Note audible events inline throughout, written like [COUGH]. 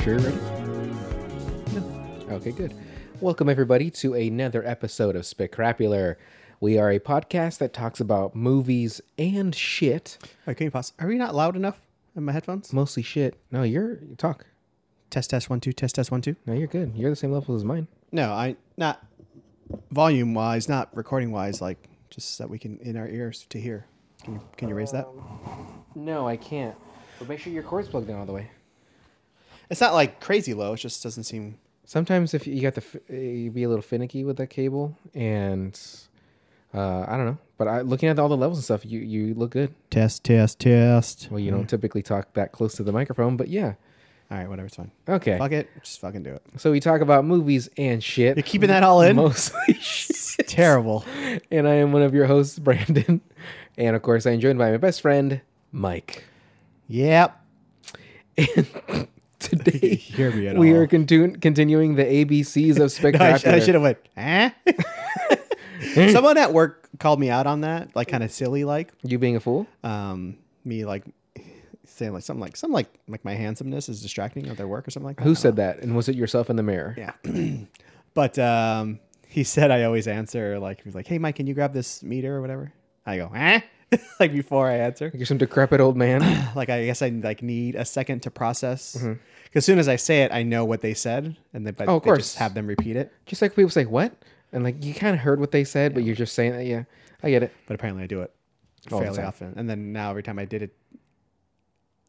sure you're ready? No. Okay, good. Welcome, everybody, to another episode of Spicrapular. We are a podcast that talks about movies and shit. Wait, can you pause? Are we not loud enough in my headphones? Mostly shit. No, you're. Talk. Test test one two. Test test one two. No, you're good. You're the same level as mine. No, I not volume wise, not recording wise. Like just so that we can in our ears to hear. Can you can you raise that? No, I can't. But make sure your cord's plugged in all the way. It's not like crazy low. It just doesn't seem. Sometimes if you got the, f- eh, you be a little finicky with that cable, and uh, I don't know. But I, looking at all the levels and stuff, you you look good. Test test test. Well, you don't typically talk that close to the microphone, but yeah. All right, whatever. It's fine. Okay. Fuck it. Just fucking do it. So we talk about movies and shit. You're keeping that all in. mostly [LAUGHS] shit. [LAUGHS] Terrible. And I am one of your hosts, [LAUGHS] Brandon. And of course, I am joined by my best friend, [LAUGHS] Mike. Yep. And today, Hear me at we all. are contu- continuing the ABCs of [LAUGHS] No, I, sh- spectacular. I should have went. Eh? [LAUGHS] Someone at work called me out on that, like kind of silly, like. you being a fool? um, me like saying like something like some like like my handsomeness is distracting at their work or something like that. Who said that? And was it yourself in the mirror? Yeah, [CLEARS THROAT] but um, he [LAUGHS] said I always answer like he's like, "Hey, Mike, can you grab this meter or whatever?" I go, "Eh," [LAUGHS] like before I [LAUGHS] answer. You're some decrepit old [CLEARS THROAT] man. Like I guess I like need a second to process because as soon as I say it, I know what they said, and then but Mm-hmm. Oh, of they course. just have them repeat it. just like people say, what? And like, you kind of heard what they said, but you're just saying that. Yeah, I get it. But apparently, I do it All the fairly time. often, and then now every time I did it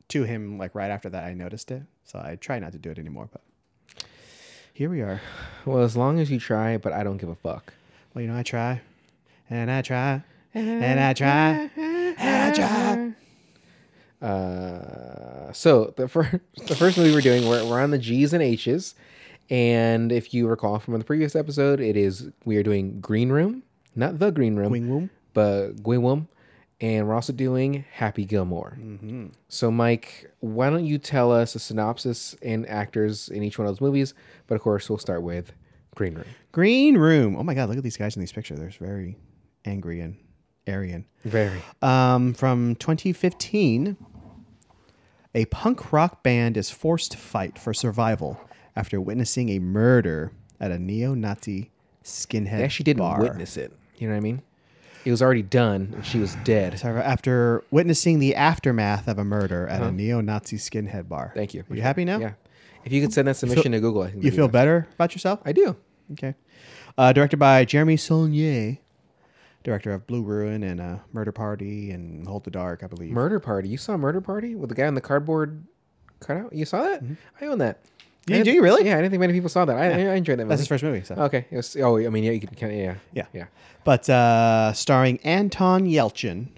to him, like right after that, I noticed it. So I try not to do it anymore, but. Here we are. Well, as long as you try, but I don't give a fuck. Well, you know, I try, and I try, and I try, and I try. Uh, so the first [LAUGHS] the first movie we're doing we're, we're on the G's and H's, and if you recall from the previous episode, it is we are doing Green Room, not the Green Room, Wing Woom. but Gwewum, and we're also doing Happy Gilmore. So Mike, why don't you tell us a synopsis and actors in each one of those movies? But of course, we'll start with Green Room. Green Room. Oh my God, look at these guys in these pictures. They're very angry and Aryan. Very Um, from 2015, a punk rock band is forced to fight for survival after witnessing a murder at a neo-Nazi skinhead they actually didn't bar. witness it. You know what I mean? It was already done. And she was dead. Sorry, after witnessing the aftermath of a murder at a neo-Nazi skinhead bar. Uh-huh. Thank you. Are you happy now? Yeah. If you could send that submission to Google, I think You that'd feel be- better about yourself? I do. Okay. Uh, directed by Jeremy Saulnier, director of Blue Ruin and uh, Murder Party and Hold the Dark, I believe. Murder Party. You saw Murder Party with the guy on the cardboard cutout. You saw that? I own that. Mm-hmm. You- I- do you really? Yeah, I didn't think many people saw that. I, I- I enjoyed that movie. That's his first movie. So. okay. It was, oh, I mean, yeah, you can, yeah, Yeah. yeah. But uh, starring Anton Yelchin,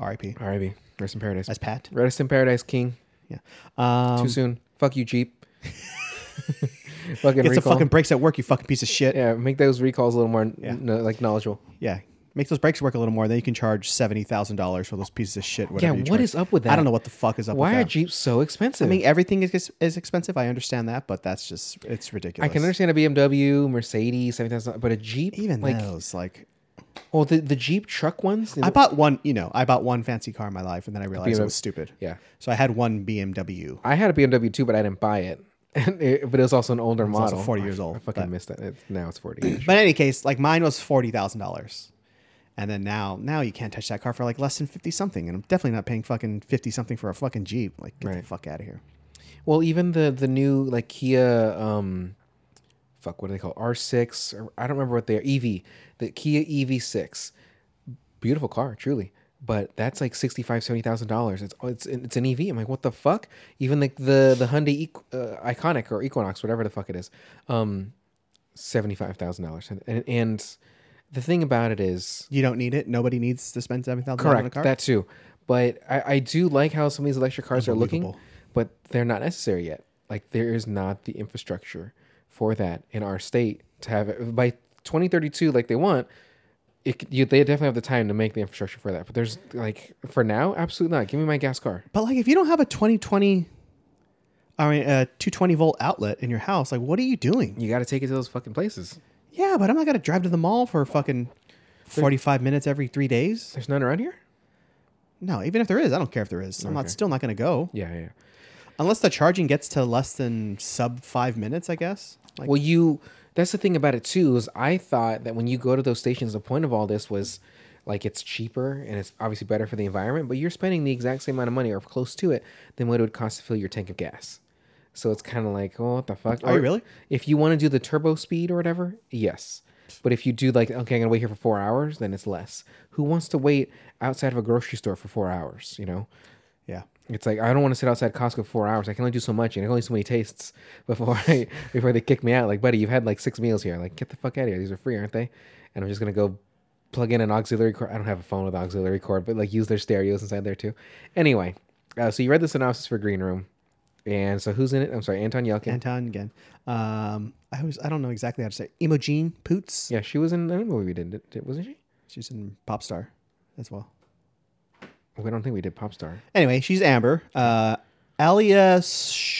R.I.P. R.I.B. Rest in Paradise. That's Pat. Rest in Paradise, King. Yeah. Too Um, soon. Fuck you, [LAUGHS] Jeep. fucking get some recall. fucking breaks at work, you fucking piece of shit. Yeah. yeah, make those recalls a little more kn- like knowledgeable. Make those breaks work a little more. Then you can charge $70,000 for those pieces of shit. Whatever Yeah, you what charge. is up with that? I don't know what the fuck is up Why are with that. Jeeps so expensive? I mean, everything is, is expensive. I understand that, but that's just, it's ridiculous. I can understand a BMW, Mercedes, seven thousand, but a Jeep, Even like, those, like, oh, the, the Jeep truck ones. I bought one, you know, I bought one fancy car in my life, and then I realized BMW. it was stupid. yeah, So I had one BMW. I had a BMW too, but I didn't buy it. [LAUGHS] And it, but it was also an older also model. 40 I years f- I old, fucking but- missed that. It, now it's [CLEARS THROAT] forty. But in any case, like mine was forty thousand dollars, and then now now you can't touch that car for like less than fifty something, and I'm definitely not paying fucking fifty something for a fucking Jeep. Like get Right. the fuck out of here. well, even the the new like Kia, um, fuck, what do they call R six? I don't remember what they are. EV, the Kia EV six, beautiful car, truly. But that's like sixty five, seventy thousand dollars. It's it's it's an EV. I'm like, what the fuck? Even like the the Hyundai Equ- uh, Iconic or Equinox, whatever the fuck it is, um, seventy five thousand dollars. And and the thing about it is, You don't need it. Nobody needs to spend seven thousand dollars on a Correct. car. That too. But I, I do like how some of these electric cars are looking, Unbelievable. but they're not necessary yet. Like there is not the infrastructure for that in our state to have it by 2032 like they want. It, c- you, they definitely have the time to make the infrastructure for that. But there's like for now, absolutely not. Give me my gas car. but like if you don't have a twenty twenty, I mean a two twenty volt outlet in your house, like what are you doing? You got to take it to those fucking places. Yeah, but I'm not gonna drive to the mall for fucking forty five minutes every three days. There's none around here. No, even if there is, I don't care if there is. I'm not still not gonna go. Yeah, yeah. Unless the charging gets to less than sub five minutes, I guess. Like, well, you that's the thing about it too is I thought that when you go to those stations, the point of all this was like it's cheaper and it's obviously better for the environment, but you're spending the exact same amount of money or close to it than what it would cost to fill your tank of gas. So it's kind of like, oh, what the fuck? Are you Or really? If you want to do the turbo speed or whatever, yes. But if you do like, okay, I'm gonna wait here for four hours, then it's less. Who wants to wait outside of a grocery store for four hours? You know. yeah. It's like I don't want to sit outside Costco for four hours. I can only do so much, and I can only do so many tastes before [LAUGHS] I, before they kick me out. Like, buddy, you've had like six meals here. Like, get the fuck out of here. These are free, aren't they? And I'm just gonna go plug in an auxiliary cord. I don't have a phone with auxiliary cord, but like use their stereos inside there too. Anyway, uh, so you read the synopsis for Green Room, and so who's in it? I'm sorry, Anton Yelkin. Anton again. Um, I was I don't know exactly how to say. Imogene Poots. yeah, she was in another movie we did, did- did, wasn't she? She's in Popstar as well. We don't think we did Popstar. Anyway, she's Amber. Uh, Alia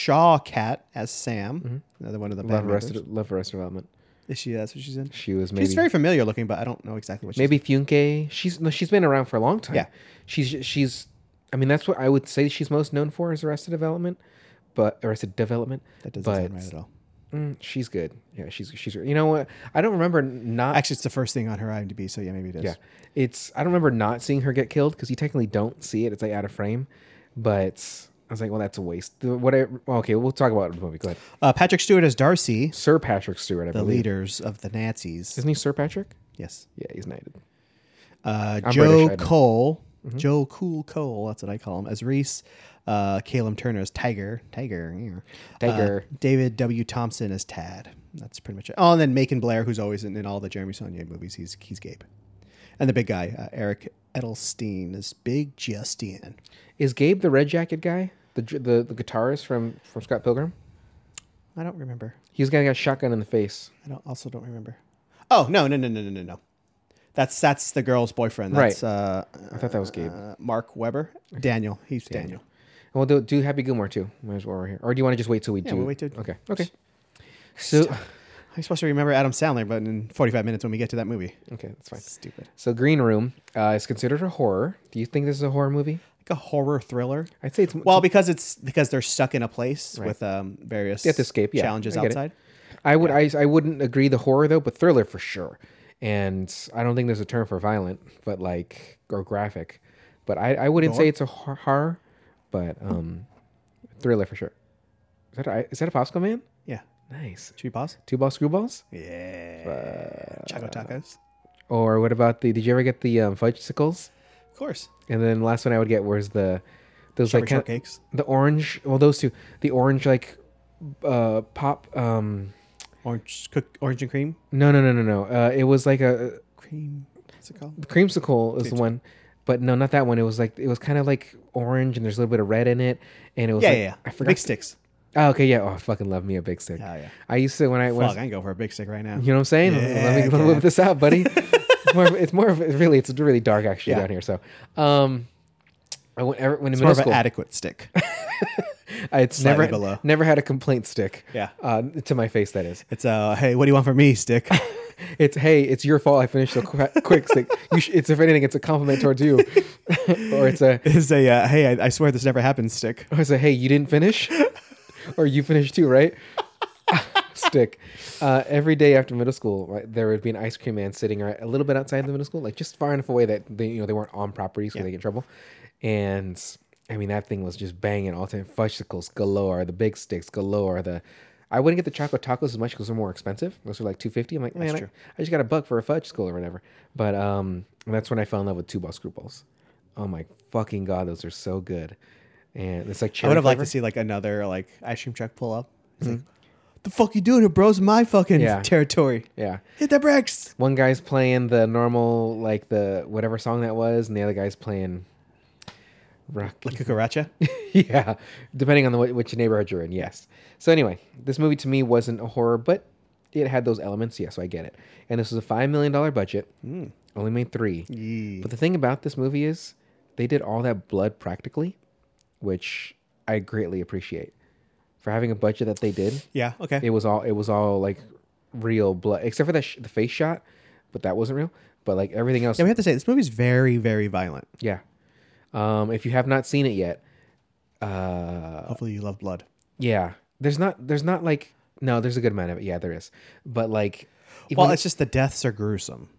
Shawcat as Sam. Another one of the Mm-hmm. Love band Arrested, members. Love Arrested Development. Is she? That's what she's in. She was maybe She's very familiar looking, but I don't know exactly what she's. Maybe Funke. She's no, she's been around for a long time. Yeah. she's she's. I mean, that's what I would say she's most known for is Arrested Development, but Arrested Development. That doesn't but, sound right at all. mm, she's good. Yeah, she's she's. You know what? I don't remember not. Actually, it's the first thing on her IMDb, so yeah, maybe it is. yeah, it's. I don't remember not seeing her get killed because you technically don't see it. It's like out of frame, but. I was like, well, that's a waste. The- What? I, well, okay, we'll talk about the movie. Go ahead. Uh, Patrick Stewart as Darcy, Sir Patrick Stewart, I the believe. leaders of the Nazis. Isn't he Sir Patrick? Yes. Yeah, he's knighted. Uh, I'm British, I Joe know. Mm-hmm. Cole, Joe Cool Cole, that's what I call him, as Reese. Uh, Caleb Turner as Tiger. Tiger. yeah. Tiger. Uh, David W. Thompson as Tad. That's pretty much it. Oh, and then Macon Blair, who's always in, in all the Jeremy Saulnier movies. He's he's Gabe. And the big guy, uh, Eric Edelstein, is Big Justian. Is Gabe the red jacket guy? The the, the guitarist from from Scott Pilgrim? I don't remember. He's got a shotgun in the face. I don't, also don't remember. Oh no no no no no no no. That's that's the girl's boyfriend. Right. That's, Uh, I thought that was Gabe. uh, Mark Weber. Daniel. He's Daniel. And we'll do, do Happy Gilmore too. Might as well we're here. Or do you want to just wait till we do? we'll wait till- Okay. Okay. So I'm supposed to remember Adam Sandler, but in 45 minutes when we get to that movie. okay, that's fine. Stupid. So Green Room uh, is considered a horror. Do you think this is a horror movie? Like a horror thriller. I'd say it's Well, because it's because they're stuck in a place with um, various to escape, yeah, challenges I get it. outside. I would I, I wouldn't agree the horror though, but thriller for sure. And I don't think there's a term for violent, but like or graphic. But I, I wouldn't say it's a hor- horror, but um, thriller for sure. Is that a, is that a popsicle man? Yeah. Nice. Should we pause? Two ball screwballs. Yeah. Choco tacos. Or what about the? Did you ever get the um, fudgesicles? Of course. And then the last one I would get was the those Choco like kinda- shortcakes. the orange. Well, those two, the orange like uh pop. Um, Orange cook. Orange and cream. no, no, no, no, no. Uh, it was like a Cream. What's it called? creamsicle is the one, but no, not that one. It was like it was kind of like orange and there's a little bit of red in it, and it was Yeah, like, yeah, yeah. I forgot. Big sticks. oh, okay, yeah. Oh, I fucking love me a big stick. Oh, yeah. I used to when I was Fuck, I can go for a big stick right now. You know what I'm saying? Yeah, [LAUGHS] Let me live this out, buddy. [LAUGHS] it's more. Of, it's more of it's really. It's really dark actually Yeah. down here. So, um, I went ever, when in More middle of an school, adequate stick. I- it's slightly never below. never had a complaint stick. Yeah. uh, to my face that is. It's a hey, what do you want from [LAUGHS] me, stick? It's hey, it's your fault. I finished so qu- [LAUGHS] quick. Stick. You sh- it's if anything, it's a compliment towards you, [LAUGHS] or it's a It's a uh, hey, I, I swear this never happened, stick. or it's a hey, you didn't finish, or you finished too, right? [LAUGHS] stick. Uh, every day after middle school, right, there would be an ice cream man sitting right, a little bit outside the middle school, like just far enough away that they, you know, they weren't on property, so they get in trouble. And I mean, that thing was just banging all time. Fudgesicles galore, the big sticks galore, the. I wouldn't get the chocolate tacos as much because they're more expensive. Those are like two fifty. I'm like, man, I, true. I just got a buck for a fudge school or whatever. But um, that's when I fell in love with two ball screwballs. Oh my fucking god, those are so good. And it's like I cherry would have liked flavor. Mm-hmm. to see like another like ice cream truck pull up. It's like, the fuck you doing here, bro? It's my fucking Yeah. [LAUGHS] territory. Yeah. Hit the brakes. One guy's playing the normal, like the whatever song that was, and the other guy's playing rock. [LAUGHS] Like cucaracha. yeah, depending on the wh- which neighborhood you're in. Yes. So anyway, this movie to me wasn't a horror, but it had those elements. Yes, so I get it. And this was a five million dollar budget. Only made three. Yee. But the thing about this movie is they did all that blood practically, which I greatly appreciate for having a budget that they did yeah. Okay. it was all it was all like real blood except for that sh- the face shot but that wasn't real but like everything else yeah, we have to say this movie's very, very violent. yeah um if you have not seen it yet Uh, Hopefully, you love blood. yeah, there's not there's not like no, there's a good amount of it. Yeah, there is, but like, even Well, when- it's just the deaths are gruesome.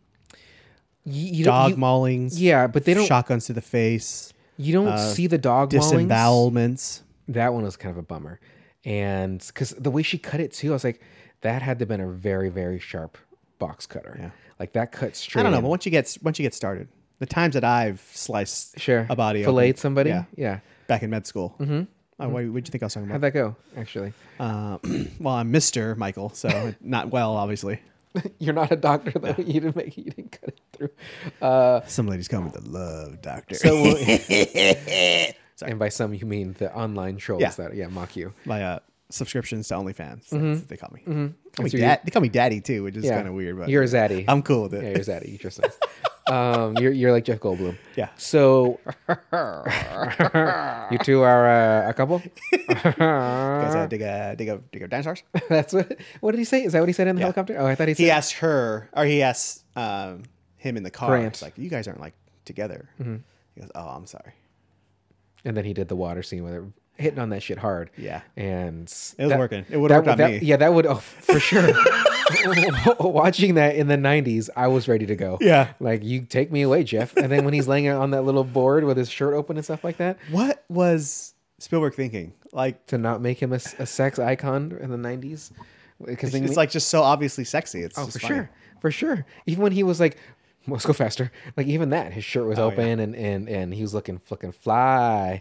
you, you don't- Dog you- maulings, Yeah, but they don't. shotguns to the face, you don't uh, see the dog maulings. disembowelments. that one was kind of a bummer and because the way she cut it too i was like that had to have been a very very sharp box cutter Yeah. like that cut straight I don't know, in. but once you get once you get started, the times that I've sliced sure a body open- filleted somebody yeah. yeah, back in med school. Mm-hmm. Uh, what would you think I was talking how'd that about? go actually Uh, [CLEARS THROAT] well, I'm Mister Michael, so [LAUGHS] not well, obviously. you're not a doctor though [LAUGHS] you didn't make you didn't cut it through uh Some ladies call me the love doctor. so we'll- and by some you mean the online trolls Yeah. that yeah mock you [LAUGHS] my uh, subscriptions to OnlyFans. That's Mm-hmm. what they call me. Call me That's your- dad. They call me daddy too, which is yeah kind of weird, but you're a zaddy I'm cool with it. yeah you're a zaddy you [LAUGHS] just um you're, you're like jeff goldblum Yeah. so [LAUGHS] you two are uh, a [LAUGHS] couple Guys, Uh-huh. uh, dig a dig a dig [LAUGHS] a dinosaurs. That's what. What did he say? Is that what he said in the Yeah. helicopter? Oh, I thought he said. he asked her, or he asked um, him in the car. Grant. Mm-hmm. It's like you guys aren't like together. He goes, "Oh, I'm sorry." And then he did the water scene with her hitting on that shit hard. Yeah. And It was working. It would've that- worked on that- me. Yeah, that would. Oh, for [LAUGHS] sure. [LAUGHS] Watching that in the '90s, I was ready to go. Yeah. Like you take me away, Jeff. And then when he's laying out on that little board with his shirt open and stuff like that, What was Spielberg thinking? Like, to not make him a, s- a sex icon in the '90s, because it's like just so obviously sexy. It's Oh, just for funny. sure, for sure. Even when he was like, "Let's go faster!" Like even that, his shirt was Oh, yeah. open and and and he was looking fucking fly.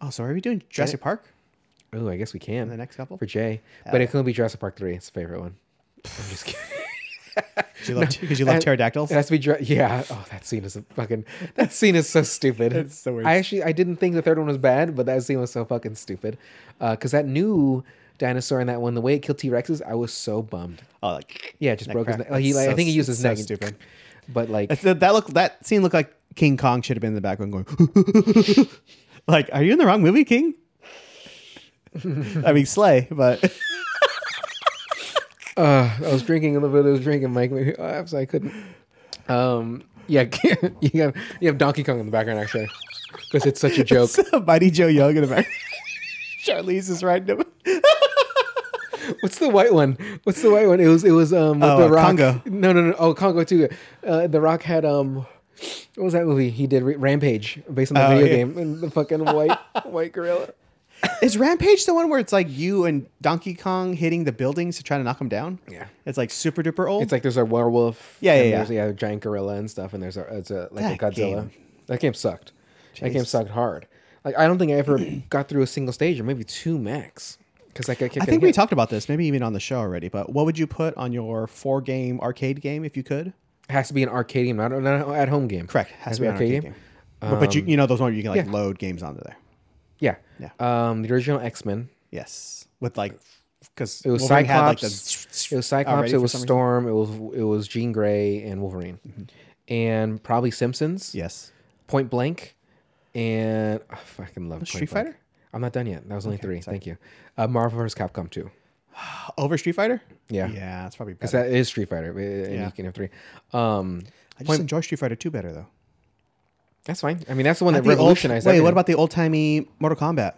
Oh, so are we doing Jurassic Park Oh, I guess we can in the next couple? for Jay, but it couldn't be Jurassic Park three. It's a favorite one. I'm [SIGHS] just kidding. [LAUGHS] Because you love, 'cause you love and- pterodactyls. It has to be, Jura- yeah. Oh, that scene is a fucking. That scene is so stupid. It's the worst. I actually I didn't think the third one was bad, but that scene was so fucking stupid. Because that new dinosaur in that one, the way it killed T Rexes, I was so bummed. Oh, like Yeah, it just Neck broke his crack. neck. Like, he, That's like, I so think he s- used his so neck. and- stupid. [LAUGHS] But like, [LAUGHS] It's- that look that scene looked like King Kong should have been in the background going, [LAUGHS] like, are you in the wrong movie, [LAUGHS] King? I mean, Slay, but Uh, I was drinking a little bit. I was drinking, Mike. [LAUGHS] Maybe, uh, so I couldn't. Um, yeah, [LAUGHS] you have you have Donkey Kong in the background actually, because it's such a joke. [LAUGHS] Mighty Joe Young in America. [LAUGHS] Charlize is riding him. What's the white one? What's the white one? It was it was um with Oh, the uh, Rock. Congo. No, no, no. Oh, Congo too. Uh, the Rock had um, what was that movie he did? Ra- Rampage, based on the Oh, video yeah. game and the fucking white [LAUGHS] white gorilla. Is Rampage the one where it's like you and Donkey Kong hitting the buildings to try to knock him down? Yeah. It's like super duper old. It's like there's a werewolf. Yeah, yeah, and yeah. There's yeah, a giant gorilla and stuff, and there's a it's a like a That Godzilla. game. That game sucked. That game Jeez. sucked hard. Like I don't think I [CLEARS THROAT] ever got through a single stage, or maybe two max, because I got kicked. I and think we hit. talked about this, maybe even on the show already, but what would you put on your four game arcade game if you could? It has to be an arcade game, not an at home game. Correct. Has to be an arcade game. Um, but, but you, you know those ones where you can like load games onto there. Yeah. Yeah. Um, the original X Men. Yes, with like because It was Cyclops. it was oh, Cyclops. It was Storm. It was it was Jean Grey and Wolverine, Mm-hmm. and probably Simpsons. yes. Point Blank, and I fucking love Point Street Blank. Fighter? I'm not done yet. That was only three. Thank you. Uh, Marvel vs. Capcom two. Over Street Fighter. Yeah, because Yeah, it's probably better. that is Street Fighter, uh, and Yeah. you can have three. Um, I just enjoy Street Fighter Two better though. that's fine. I mean, that's the one that The old- revolutionized. Wait, everything. what about the old timey Mortal Kombat?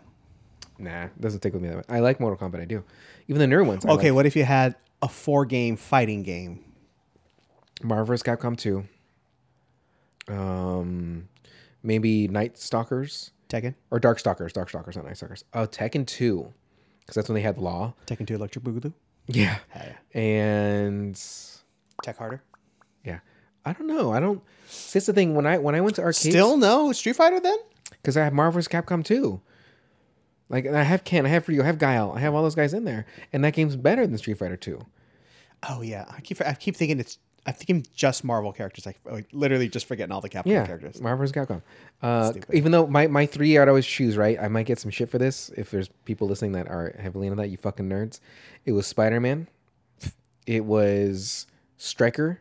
Nah, doesn't tickle me that much. I like Mortal Kombat. I do. Even the newer ones. I Okay, like. what if you had a four game fighting game? Marvel vs. Capcom two. Um, maybe Night Stalkers. Tekken, or Dark Stalkers, Dark Stalkers, not Night Stalkers. Oh, Tekken Two, because that's when they had Law. Tekken Two, Electric Boogaloo, Yeah, Hell and Tech Harder. yeah, I don't know. I don't. See, That's the thing. When I when I went to arcades, Still no Street Fighter then? because I have Marvel's Capcom Two. Like and I have Ken, I have Ryu, I have Guile, I have all those guys in there, and that game's better than Street Fighter Two. Oh yeah, I keep I keep thinking it's I think I'm just Marvel characters. I like, literally just forgetting all the Capcom Yeah, characters. Marvel's Capcom. Uh, Stupid. even though my my three I'd always choose right, I might get some shit for this if there's people listening that are heavily into that. You fucking nerds. It was Spider Man. It was Striker,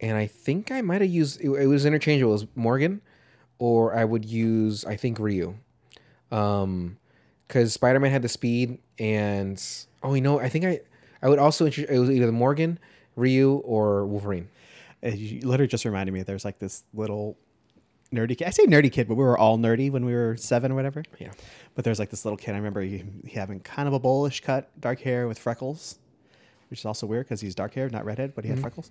and I think I might have used it, it was interchangeable. It was Morgan, or I would use I think Ryu, um, because Spider Man had the speed and oh you know I think I I would also intro- it was either Morgan, Ryu, or Wolverine. Uh, You literally just reminded me. There's like this little nerdy kid. I say nerdy kid, but we were all nerdy when we were seven or whatever. Yeah. But there's like this little kid. I remember he, he having kind of a bowlish cut, dark hair with freckles, which is also weird because he's dark haired, not redhead, Mm-hmm. but he had freckles.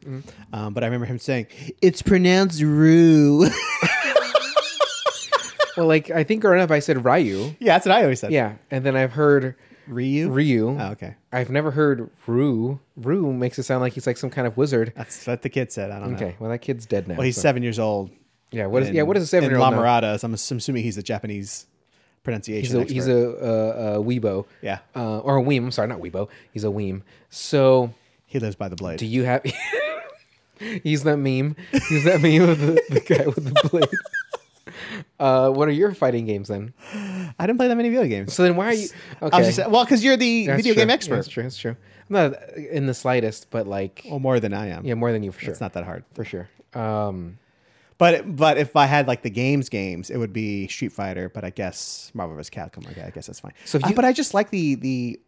Um, but I remember him saying, "It's pronounced Rue." [LAUGHS] Well, like I think growing up, I said Ryu. yeah, that's what I always said. Yeah, and then I've heard Ryu. Ryu. Oh, okay. I've never heard Rue. Rue makes it sound like he's like some kind of wizard. That's what the kid said. I don't know. Okay, well that kid's dead now. Uh, Well, he's so- seven years old. yeah. What is yeah? What is a seven year In La old? Mirada, so I'm ass- assuming he's a Japanese pronunciation. He's a he's expert. a, uh, a weebo. Yeah. Uh, or a weem. I'm sorry, not weebo. He's a weem. So he lives by the blade. do you have? [LAUGHS] he's that meme. He's that meme of the, the guy with the blade. [LAUGHS] Uh, what are your fighting games then? I didn't play that many video games. So then why are you? I was Okay, just, well, because you're the that's video true. game Yeah, expert. Oh. That's true. That's true. I'm not in the slightest, but like Well, more than I am. yeah, more than you for sure. It's not that hard. for sure. Um, But but if I had like the games games, it would be Street Fighter. But I guess Marvel vs. Capcom. Okay, I guess that's fine. So So, if you- but I just like the the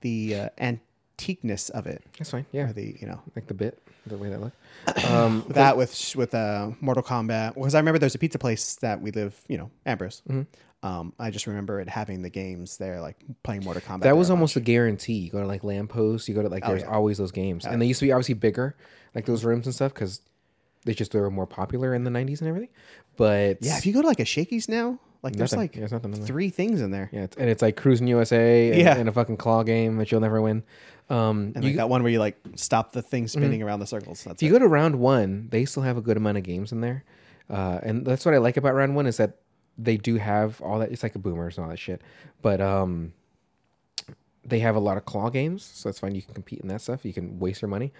the uh, antiqueness of it, that's fine. Yeah, or the you know like the bit, the way that looked. [COUGHS] Um, that with with uh, Mortal Kombat. Because I remember there's a pizza place that we live, you know, Ambrose. Mm-hmm. Um, I just remember it having the games there, like playing Mortal Kombat. That was there. almost a guarantee. You go to like lampposts, you go to like there's Oh, yeah. always those games, and they used to be obviously bigger, like those rooms and stuff, because they just they were more popular in the '90s and everything. But yeah. If you go to like a Shakey's now, like there's nothing. like Yeah, there's nothing in there. three things in there. yeah, it's, and it's like cruising USA, and, Yeah. and a fucking claw game that you'll never win. Um, And you, Mm-hmm. like that one where you like stop the thing spinning around the circles. if That's you it. go to round one, they still have a good amount of games in there, uh, and that's what I like about round one is that they do have all that. It's like a boomers and all that shit, but um, they have a lot of claw games, so that's fine. You can compete in that stuff. You can waste your money,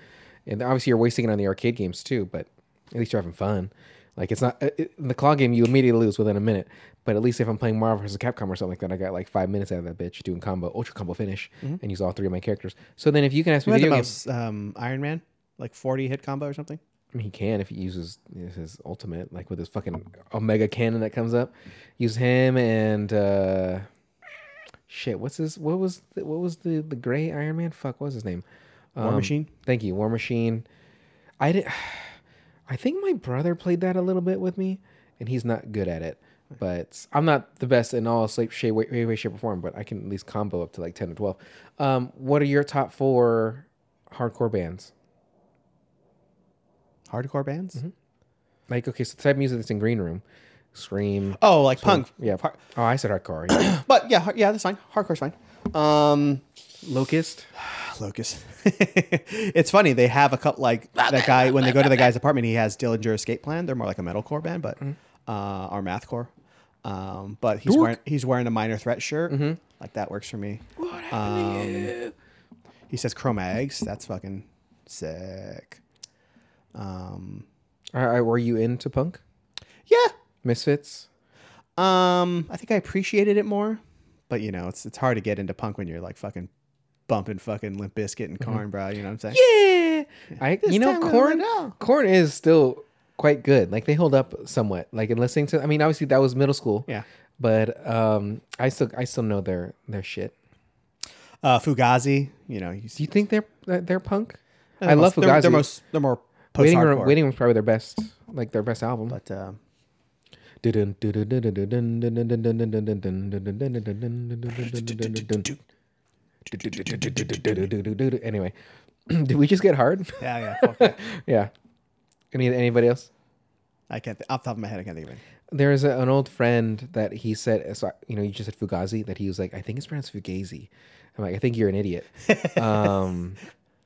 and obviously you're wasting it on the arcade games too. But at least you're having fun. Like it's not uh, it, in the claw game, you immediately lose within a minute. But at least if I'm playing Marvel vs. Capcom or something like that, I got like five minutes out of that bitch doing combo, ultra combo finish, and use all three of my characters. So then if you can ask me Remember video Mm-hmm. the games, most um, Iron Man, like forty hit combo or something. I mean, he can if he uses his ultimate, like with his fucking Omega cannon that comes up. Use him and uh, shit. What's his? What was? The, what was the the gray Iron Man? Fuck. What was his name? War Um, Machine? Thank you, War Machine. I did. [SIGHS] I think my brother played that a little bit with me, and he's not good at it. But I'm not the best in all shape, shape, way, way, way, shape, or form. But I can at least combo up to like ten to twelve. Um, what are your top four hardcore bands? Hardcore bands. mm-hmm. Like, okay, so the type of music that's in Green Room, Scream. Oh, like punk. Yeah. Har- Oh, I said hardcore. Yeah. But yeah, har- yeah, that's fine. Hardcore's fine. Um, Locust. [COUGHS] Locust. [LAUGHS] it's funny they have a couple like that guy when they go to the guy's apartment. He has Dillinger Escape Plan. They're more like a metalcore band, but uh, or mathcore. Um, but he's wearing he's wearing a Minor Threat shirt. Like that works for me. Um, he says Chromags. That's fucking sick. Um, All right, were you into punk? yeah. Misfits. Um, I think I appreciated it more, but you know, it's it's hard to get into punk when you're like fucking bumping fucking Limp Bizkit and Corn, bro. You know what I'm saying? Yeah. I. you know, time we'll corn. let out. Corn is still quite good. Like they hold up somewhat. Like in listening to. I mean, obviously that was middle school. Yeah. But um, I still I still know their their shit. Uh, Fugazi, you know, he's, Do you think they're that they're punk? they're I love most- They're, Fugazi. they're most they're more post Waiting room. hardcore. Waiting room's probably their best. Like their best album. But [LAUGHS] um, Anyway, did we just get hard? yeah, yeah, fuck that. yeah. Any anybody else? I can't th- off the top of my head. I can't think of it. There is a, an old friend that he said, so, you know, you just said Fugazi. That he was like, I think it's pronounced Fugazi. I'm like, I think you're an [LAUGHS] idiot. um,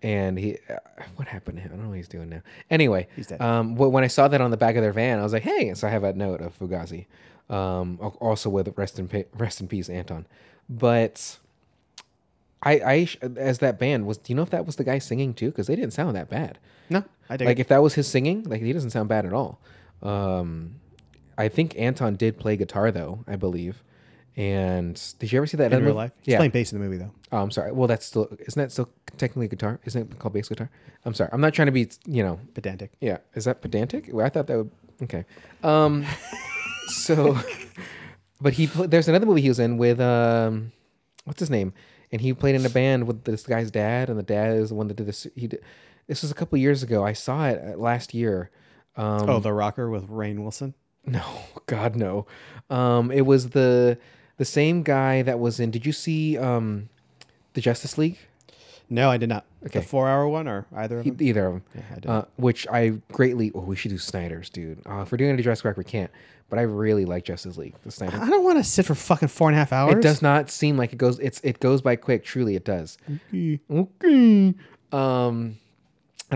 and he, uh, what happened to him? I don't know what he's doing now. Anyway, He's dead. Um, wh- when I saw that on the back of their van, I was like, hey. So I have a note of Fugazi. Um, al- also with rest in pa- rest in peace, Anton. But I, I sh- as that band was, do you know if that was the guy singing too? Because they didn't sound that bad No, I dig like it. if that was his singing like he doesn't sound bad at all um i think anton did play guitar though i believe and did you ever see that in other real mov- life. He's yeah playing bass in the movie though. oh i'm sorry well that's still isn't that still technically guitar isn't it called bass guitar i'm sorry i'm not trying to be you know Pedantic. yeah is that pedantic well, i thought that would okay um so but he pl- there's another movie he was in with um what's his name and he played in a band with this guy's dad and the dad is the one that did this he did, this was a couple years ago i saw it uh, last year um [LAUGHS] oh, the rocker with Rain Wilson. No, God, no. Um, it was the the same guy that was in. Did you see um, the Justice League? No, I did not. Okay. The four hour one or either of E- them? Either of them. I did. uh, which I greatly. Oh, we should do Snyder's, dude. Uh, if we're doing a Jurassic Park, we can't. But I really like Justice League. The Snyder. I don't want to sit for fucking four and a half hours. It does not seem like it goes. It's it goes by quick. Truly, it does. He- okay. Um, I don't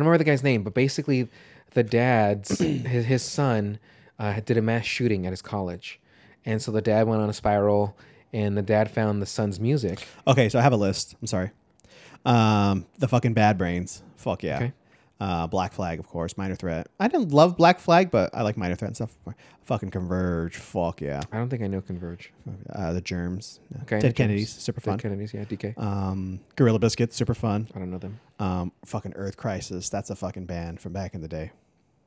remember the guy's name, but basically, the [CLEARS THROAT] dad's his his son uh, had- did a mass shooting at his college, and so the dad went on a spiral, and the dad found the son's music. Okay, so I have a list. I'm sorry. Um, the fucking Bad Brains. Fuck yeah. Okay. Uh, Black Flag, of course. Minor Threat. I didn't love Black Flag, but I like Minor Threat and stuff. Fucking Converge. Fuck yeah. I don't think I know Converge. Uh, the Germs. Okay, The Ted Kennedy's. Super Dead fun. Kennedys, yeah, DK. Um, Gorilla Biscuits. Super fun. I don't know them. Um, fucking Earth Crisis. That's a fucking band from back in the day.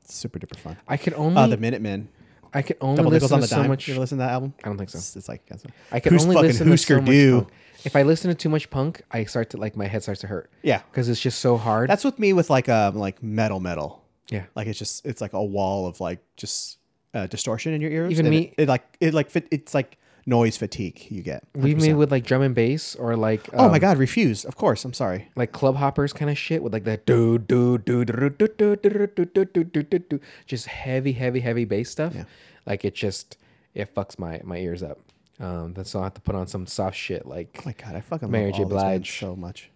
Super duper fun. I can only Uh, the Minutemen. Mm. I can only Double Nickels listen on to the so Dime. much. you ever listen to that album? I don't think so. It's, it's like that's- I can Who's only fucking listen to Husker so much Du? punk. If I listen to too much punk, I start to like my head starts to hurt. Yeah. because it's just so hard. That's with me with like um like metal metal. yeah. Like it's just it's like a wall of like just uh, distortion in your ears. Even and me- it, it like it like fit, it's like noise fatigue you get. Leave me 100%. with like drum and bass or like Oh um, my god, refuse. Of course, I'm sorry. like club hoppers kind of shit with like that do do do do do do do do do do do do do just heavy heavy heavy bass stuff like it just it fucks my my ears up um that's why i have to put on some soft shit like Oh my god, I fucking Mary love J. all those bands Blige. so much.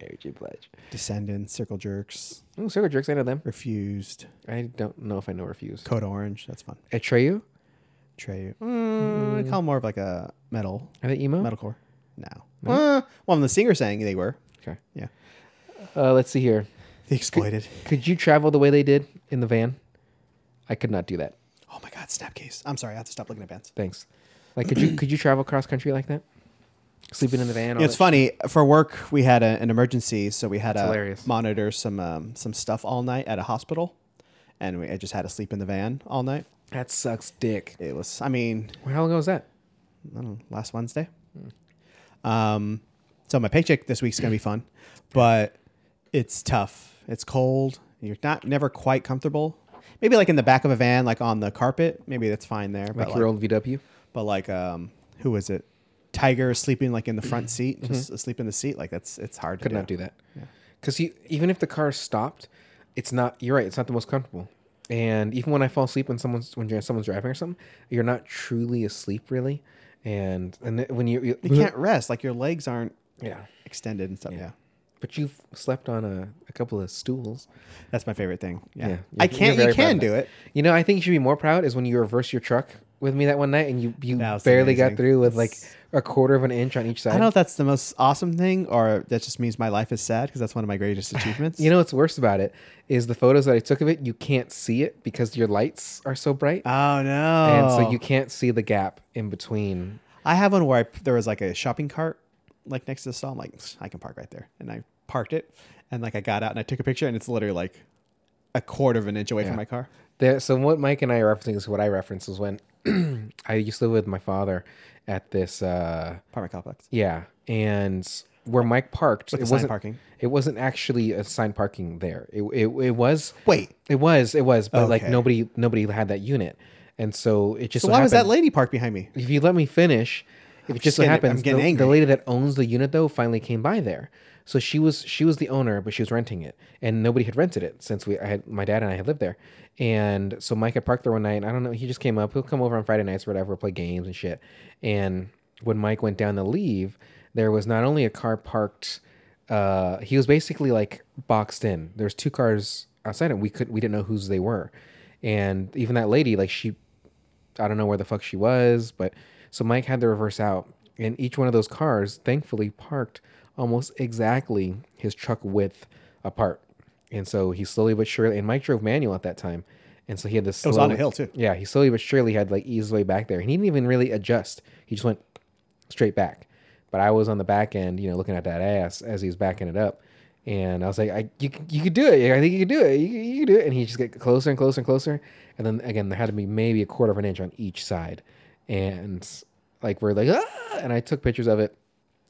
mary j blige Descendants, Circle Jerks, Ooh, circle jerks i know them Refused, i don't know if i know refuse Code Orange. That's fun. atreyu Trey, mm, I call more of like a metal are they emo metalcore. No, Uh, well, when the singer sang, they were okay yeah. uh let's see here The Exploited. could you travel the way they did in the van i could not do that Oh my god, Snapcase. I'm sorry, I have to stop looking at bands. thanks like could you could you travel cross country like that sleeping in the van all Yeah, it's that- funny. For work, we had a, an emergency, so we had to hilarious. monitor some um, some stuff all night at a hospital, and we I just had to sleep in the van all night. that sucks dick It was, I mean, how long ago was that I don't know, last Wednesday. Um, so my paycheck this week's gonna be fun, but it's tough. It's cold. You're not never quite comfortable. Maybe like in the back of a van, like on the carpet. Maybe that's fine there. like but your old VW. but like um who was it tiger sleeping like in the front seat just asleep in the seat like that's it's hard Mm-hmm. Could to not do that because even if the car stopped, it's not. You're right. It's not the most comfortable. And even when I fall asleep when someone's when you're- someone's driving or something, you're not truly asleep really. And and th- when you, you, you can't rest like your legs aren't yeah, extended and stuff yeah, but you've slept on a, a couple of stools. that's my favorite thing yeah, Yeah, i you're- can't you're you very proud can of do it You know, I think you should be more proud is when you reverse your truck with me that one night and you you That was barely got amazing. through with like That's- a quarter of an inch on each i don't side. know if that's the most awesome thing or that just means my life is sad because that's one of [LAUGHS] my greatest achievements You know what's worse about it is the photos that I took of it. You can't see it because your lights are so bright. oh no and so you can't see the gap in between. i have one where I, there was like a shopping cart like next to the stall i'm like i can park right there and i parked it and like i got out and i took a picture and it's literally like a quarter of an inch away from my car There, so what Mike and I are referencing is what I referenced was when [CLEARS THROAT] I used to live with my father at this, uh, apartment complex yeah, and where Mike parked, With it assigned wasn't parking. It wasn't actually assigned parking there. It it, it was wait it was it was, but like Okay. nobody nobody had that unit, and so it just So so why was that happened- lady parked behind me? if you let me finish, if it just so getting- I'm happens, the, getting the angry. lady that owns the unit though finally came by there. So she was she was the owner, but she was renting it, and nobody had rented it since we I had my dad and I had lived there, and so Mike had parked there one night. And I don't know, he just came up. He'll come over on Friday nights or whatever, play games and shit. And when Mike went down to leave, there was not only a car parked. Uh, he was basically like boxed in. There's two cars outside, and we could we didn't know whose they were. And even that lady, like she I don't know where the fuck she was, but so Mike had to reverse out, and each one of those cars, thankfully, parked almost exactly his truck width apart. And so he slowly but surely, and Mike drove manual at that time, and so he had this. It was on a hill, too. Yeah, he slowly but surely had like eased his way back there, and he didn't even really adjust. He just went straight back. But I was on the back end, you know, looking at that ass as he was backing it up. And I was like, I, you, you could do it. I think you could do it. You, could- you could do it. And he just get closer and closer and closer. And then again, there had to be maybe a quarter of an inch on each side. And like, we're like, ah! and I took pictures of it.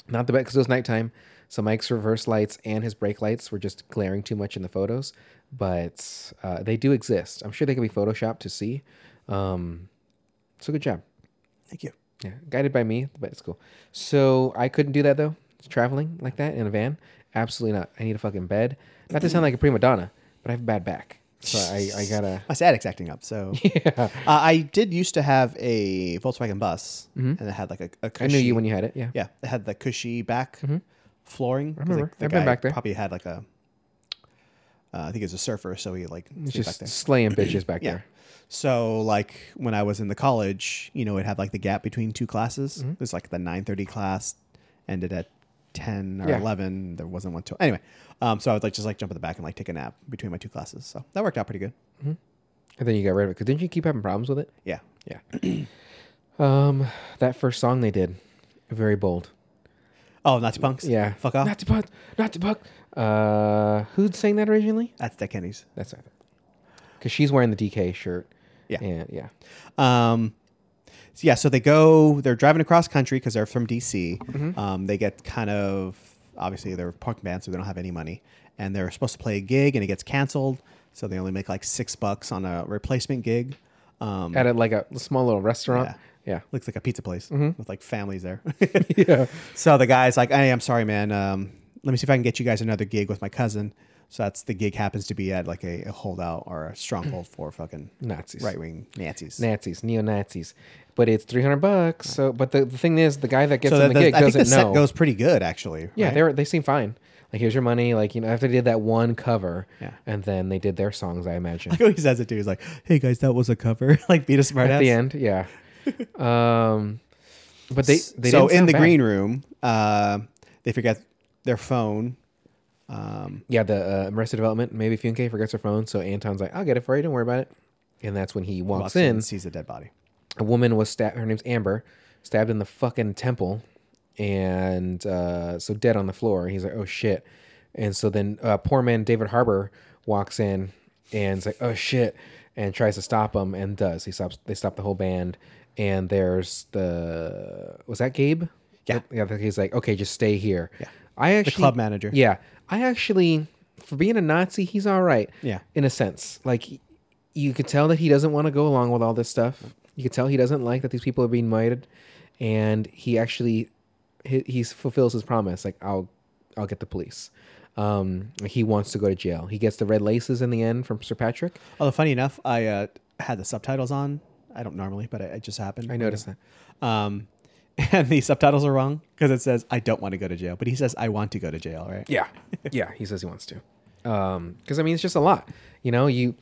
Not the best because it was nighttime. So Mike's reverse lights and his brake lights were just glaring too much in the photos. But uh, they do exist. I'm sure they can be photoshopped to see. Um, so good job. Thank you. Yeah, guided by me, but it's cool. So I couldn't do that though. Traveling like that in a van, absolutely not. I need a fucking bed. Not to sound like a prima donna, but I have a bad back, so I, I gotta. My static's acting up. So [LAUGHS] Yeah, uh, I did used to have a Volkswagen bus, and it had like a, a Mm-hmm. I cushy, knew you when you had it. Yeah, yeah, it had the cushy back flooring. 'cause, Mm-hmm. remember. Like, the I've been guy back there. Probably had like a. Uh, I think he was a surfer, so he like It's stayed back just there. slaying bitches back Yeah. there. So like when I was in the college, you know, it had like the gap between two classes. Mm-hmm. It was like the nine thirty class ended at ten or Yeah. eleven. There wasn't one till anyway. Um, so I would like just like jump in the back and like take a nap between my two classes. So that worked out pretty good. And then you got rid of it because didn't you keep having problems with it? Yeah. Yeah. um, that first song they did, very bold. Oh, Nazi punks. Yeah. Fuck off. Not to puck. Not to puck. Uh, who sang that originally? That's Dead Kennedys. That's not Because she's wearing the DK shirt. Yeah. And yeah. Um, so yeah, so they go, they're driving across country because they're from DC. Mm-hmm. Um, they get kind of, obviously, they're a punk band, so they don't have any money. And they're supposed to play a gig and it gets canceled. So they only make like six bucks on a replacement gig. Um, At a, like a small little restaurant. Yeah. looks like a pizza place Mm-hmm. with like families there. [LAUGHS] Yeah. [LAUGHS] so the guy's like, hey, I'm sorry, man. Um, let me see if I can get you guys another gig with my cousin. So that's the gig happens to be at like a, a holdout or a stronghold for fucking Nazis. right wing Nazis. Nazis, neo Nazis. But it's 300 bucks. So, but the, the thing is, the guy that gets so in the, the, the- gig I think doesn't the know. set goes pretty good, actually. yeah. right? They were, they seem fine. Like, here's your money. Like, you know, after they did that one cover. Yeah. And then they did their songs, I imagine. [LAUGHS] Like when he says it too, he's like, "Hey guys, that was a cover." [LAUGHS] like beat a smart At ass. the end. Yeah. um, but they, they so didn't in sound the bad. green room, uh, they forget their phone. Um, Yeah, the uh, Arrested Development. Maybe Funke forgets her phone, so Anton's like, "I'll get it for you. Don't worry about it." And that's when he walks, walks in, in. and sees a dead body. A woman was stabbed. Her name's Amber, stabbed in the fucking temple, and uh, so dead on the floor. And he's like, "Oh shit!" And so then uh, poor man David Harbor walks in and's like, "Oh shit!" and tries to stop him and does. He stops. They stop the whole band. And there's the was that Gabe? Yeah. yeah. He's like, "Okay, just stay here." Yeah. I actually club manager. Yeah, I actually, for being a Nazi, he's all right. Yeah. in a sense, like y- you could tell that he doesn't want to go along with all this stuff. You could tell he doesn't like that these people are being murdered, and he actually he, he fulfills his promise. Like I'll I'll get the police. Um, he wants to go to jail. He gets the red laces in the end from Sir Patrick. Although funny enough, I uh, had the subtitles on. I don't normally, but it, it just happened. I noticed that. Um, [LAUGHS] and the subtitles are wrong because it says, "I don't want to go to jail," but he says, "I want to go to jail." Right? [LAUGHS] Yeah, yeah, he says he wants to. Um, because I mean, it's just a lot. You know, you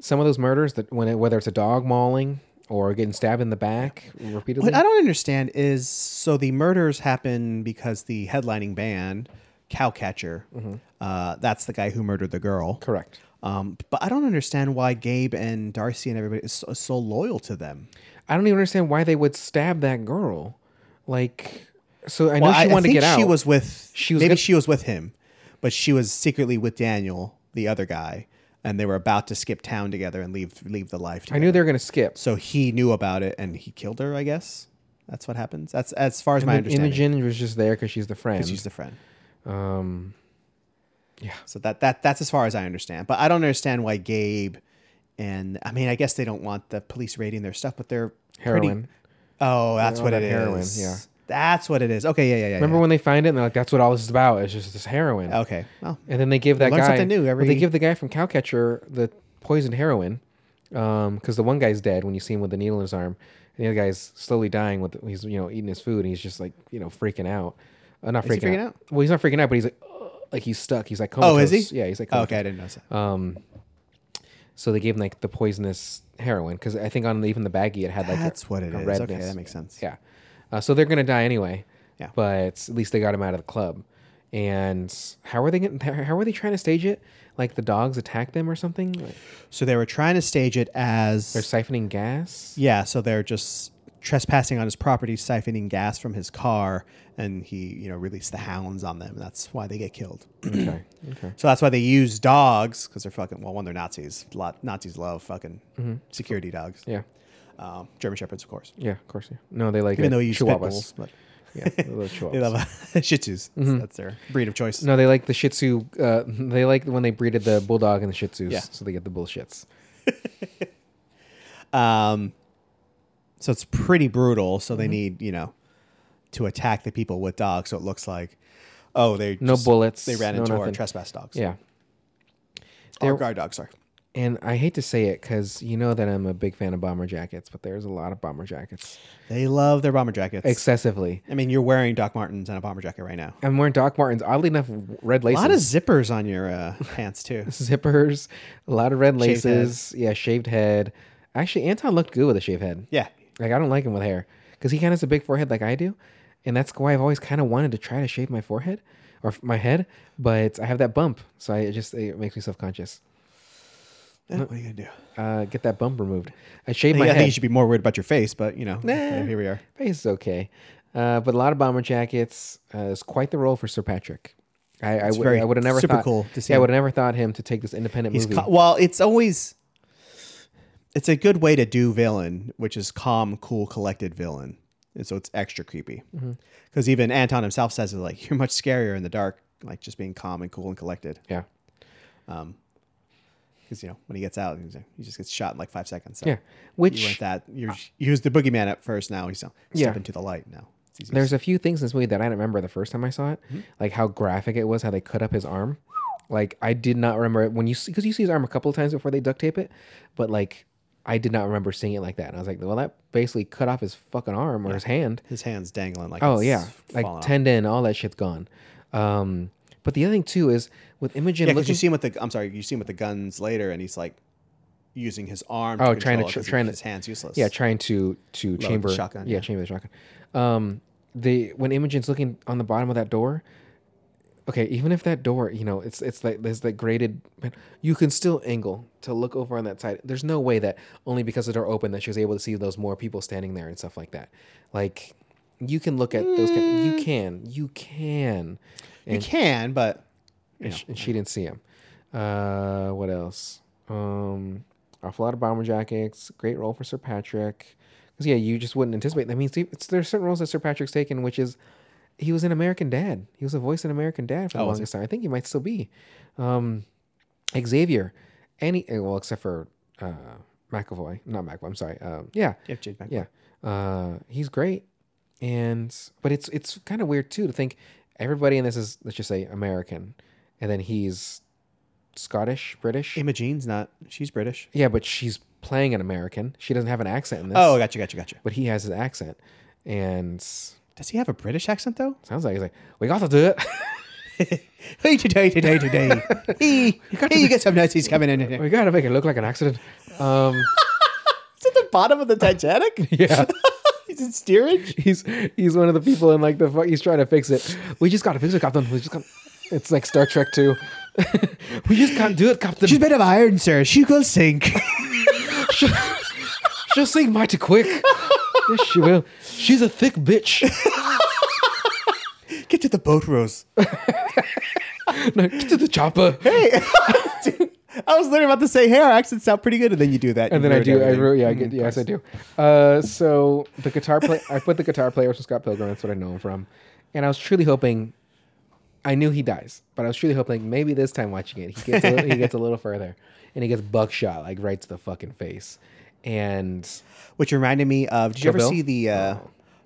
some of those murders that when it, whether it's a dog mauling or getting stabbed in the back repeatedly. What I don't understand is so the murders happen because the headlining band, Cowcatcher, Mm-hmm. uh, that's the guy who murdered the girl. Correct. Um, but I don't understand why Gabe and Darcy and everybody is so, so loyal to them. I don't even understand why they would stab that girl. Like, so I know Well, she I, I wanted to think get out. she was with She was maybe gonna- she was with him, but she was secretly with Daniel, the other guy, and they were about to skip town together and leave leave the life. I Together. knew they were gonna skip. so he knew about it and he killed her. I guess that's what happens. That's as far as my But understanding. Imogen was just there because she's the friend. She's the friend. um, So that that that's as far as I understand. But I don't understand why Gabe and I mean I guess they don't want the police raiding their stuff, but they're pretty- heroin. oh, that's all what that it is. heroin, yeah. That's what it is. Okay, yeah, yeah, yeah. Remember yeah. when they find it and they're like, "That's what all this is about." It's just this heroin. Okay. Well, And then they give that Oh. learn guy something new well, every- They give the guy from Cowcatcher the poisoned heroin, because the one guy's dead when you see him with the needle in his arm, and the other guy's slowly dying with he's you know eating his food and he's just like you know freaking out, uh, not he freaking, freaking out. out? Well, he's not freaking out, but he's like "Ugh," like he's stuck. He's like Oh, is he? comatose. Yeah, he's like oh, comatose. okay, I didn't notice that. Um, so they gave him like the poisonous heroin because I think on even the baggie it had like that's a, what it a is. redness. Okay, that makes sense. Yeah. Uh, so they're gonna die anyway. Yeah. But at least they got him out of the club. And how are they going how are they trying to stage it? Like the dogs attack them or something? Like, So they were trying to stage it as they're siphoning gas. yeah, so they're just trespassing on his property, siphoning gas from his car, and he, you know, released the hounds on them. That's why they get killed. [CLEARS THROAT] okay. Okay. So that's why they use dogs because they're fucking. Well, one, they're Nazis. Lot Nazis love fucking security dogs. Mm-hmm. Yeah. Um, German shepherds, of course. Yeah. Of course. Yeah. No, they like Even it. though you use pit chihuahuas. bulls, Mm-hmm. but [LAUGHS] Yeah. They love [LAUGHS] they chihuahuas. love uh, [LAUGHS] Shih Tzus. That's their breed of choice. No, they like the Shih Tzu. Uh, [LAUGHS] they like when they breeded the bulldog and the Shih Tzus, Yeah. so they get the bullshits. Um, so it's pretty brutal. So they Mm-hmm. need you know to attack the people with dogs. So it looks like oh they No just- bullets, They ran no into our nothing. trespass dogs. Yeah. or There- guard dogs. Sorry. And I hate to say it because you know that I'm a big fan of bomber jackets, but there's a lot of bomber jackets They love their bomber jackets. excessively. I mean, you're wearing Doc Martens and a bomber jacket right now. I'm wearing Doc Martens. Oddly enough, red A lot of laces, zippers on your uh, pants [LAUGHS] too. [LAUGHS] zippers, a lot of red Shaved head. laces. Yeah, shaved head. Actually, Anton looked good with a shaved head. Yeah, Like I don't like him with hair because he kind of has a big forehead like I do, and that's why I've always kind of wanted to try to shave my forehead or f- my head, but I have that bump, so I it just it makes me self conscious. Eh, what are you gonna do? Uh, get that bump removed. I shave Yeah, my I think head. you should be more worried about your face, but you know, here we are. Face is okay, uh, but a lot of bomber jackets uh, is quite the role for Sir Patrick. I, I, would- very- I would have never super thought, cool to see yeah, I him. would have never thought him to take this independent He's movie. ca- well. It's always it's a good way to do villain, which is calm, cool, collected villain, and so it's extra creepy. Because even Anton himself says it like [LAUGHS] you're much scarier in the dark, like just being calm and cool and collected. yeah, Because you know when he gets out, he's like- he just gets shot in like five seconds. So yeah. you weren't Which that. You're, he was the boogeyman at first. Now he's uh, Yeah. step into the light. Now it's easy. there's a few things in this movie that I didn't remember the first time I saw it, Mm-hmm. like how graphic it was, how they cut up his arm. Like I did not remember it when you see because you see his arm a couple of times before they duct tape it, but like I did not remember seeing it like that. And I was like, well, that basically cut off his fucking arm or his hand. his hands dangling like Oh it's yeah, like falling off. tendon, all that shit's gone. Um, but the other thing too is with Imogen Yeah, because looking you see him with the. I'm sorry, you see him with the guns later, and he's like using his arm. Oh, trying to control it tr- 'cause he- trying to- his hands [LAUGHS] useless. yeah trying to to the chamber shotgun, yeah, yeah. chamber the shotgun um they when imogen's looking on the bottom of that door okay even if that door you know it's it's like there's that graded but you can still angle to look over on that side there's no way that only because the door opened that she was able to see those more people standing there and stuff like that like you can look at those kind, Mm. you can you can you can, but you and, know, sh- and she didn't see him. Uh, what else? Um, awful lot of bomber jackets. Great role for Sir Patrick. Because yeah, you just wouldn't anticipate. That means it's, there's certain roles that Sir Patrick's taken, which is he was an American Dad. He was a voice in American Dad for the Oh, was he? longest time. I think he might still be. Um, Xavier, any eh, well except for uh, McAvoy, not McAvoy. I'm sorry. Um, yeah, yeah, Jade Mac- yeah, uh, he's great, and but it's it's kind of weird too to think everybody in this is let's just say American, and then he's Scottish, British. Imogene's not. She's British. Yeah, but she's playing an American. She doesn't have an accent in this. Oh, gotcha, gotcha, gotcha. but he has his accent, and sounds Does he have a British accent though? like he's like we got to do it. [LAUGHS] Hey today, today, [LAUGHS] today. hey, hey, you got some Nazis coming in. here. we got to make it look like an accident. Um, [LAUGHS] Is at the bottom of the [LAUGHS] Titanic? yeah. He's in steerage. He's he's one of the people in like the fu- he's trying to fix it. We just got to fix it, Captain. We just got. It's like Star Trek Two. [LAUGHS] we just can't do it, Captain. She's made of iron, sir. She will sink. She'll sing mighty quick. yes, she will. She's a thick bitch. [LAUGHS] Get to the boat, Rose. No, get to the chopper. [LAUGHS] Hey. I was literally about to say, hey, our accents sound pretty good, and then you do that. And you then I ruined do. I everything. wrote, yeah, I get, yes, I do. Uh, so the guitar play, I put the guitar player from Scott Pilgrim. That's what I know him from. And I was truly hoping, I knew he dies, but I was truly hoping maybe this time watching it, he gets a little, he gets a little further, and he gets buckshot like right to the fucking face. And which reminded me of. Did you Kill ever Bill? see the uh,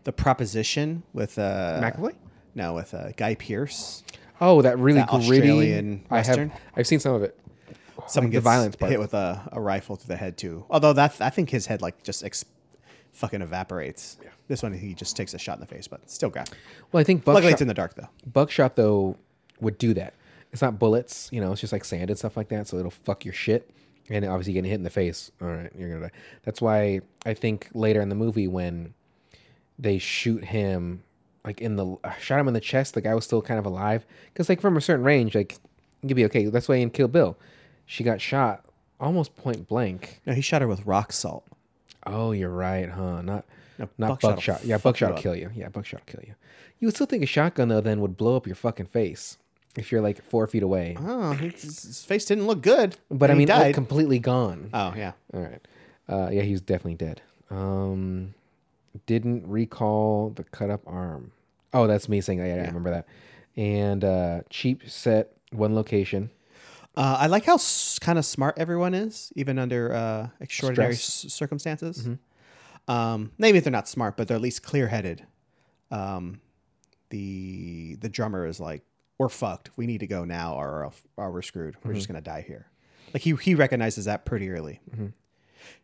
the Proposition with Oh. uh, McAvoy? No, with uh, Guy Pierce. oh, that really That gritty. Australian I have Western? I've seen some of it. Someone the gets violence part. hit with a, a rifle to the head too. Although that I think his head like just ex- fucking evaporates. This one he just takes a shot in the face, but still graphic. Well, I think Luckily, buckshot. it's in the dark though. Buckshot though would do that. It's not bullets, you know. It's just like sand and stuff like that. So it'll fuck your shit, and obviously getting hit in the face. All right, you're gonna die. That's why I think later in the movie when they shoot him, like in the uh, shot him in the chest, the guy was still kind of alive because like from a certain range, like you'd be okay. That's why in Kill Bill, she got shot almost point blank. No, he shot her with rock salt. Oh, you're right, huh? Not No, not buckshot will buckshot. Yeah, fuck buckshot you will up. kill you. Yeah, buckshot will kill you. You would still think a shotgun though then would blow up your fucking face if you're like four feet away. Oh, his, his face didn't look good. But I and he mean, like, died. completely gone. oh yeah, All right. Uh, yeah, he was definitely dead. Um, didn't recall the cut up arm. Oh, that's me saying. I, I remember that. And uh, cheap set one location. Uh, I like how s- kind of smart everyone is, even under uh, extraordinary s- circumstances. Um, maybe they're not smart, but they're at least clear-headed. Um, the the drummer is like, "We're fucked. We need to go now, or, else- or we're screwed. We're just gonna die here." Like he he recognizes that pretty early.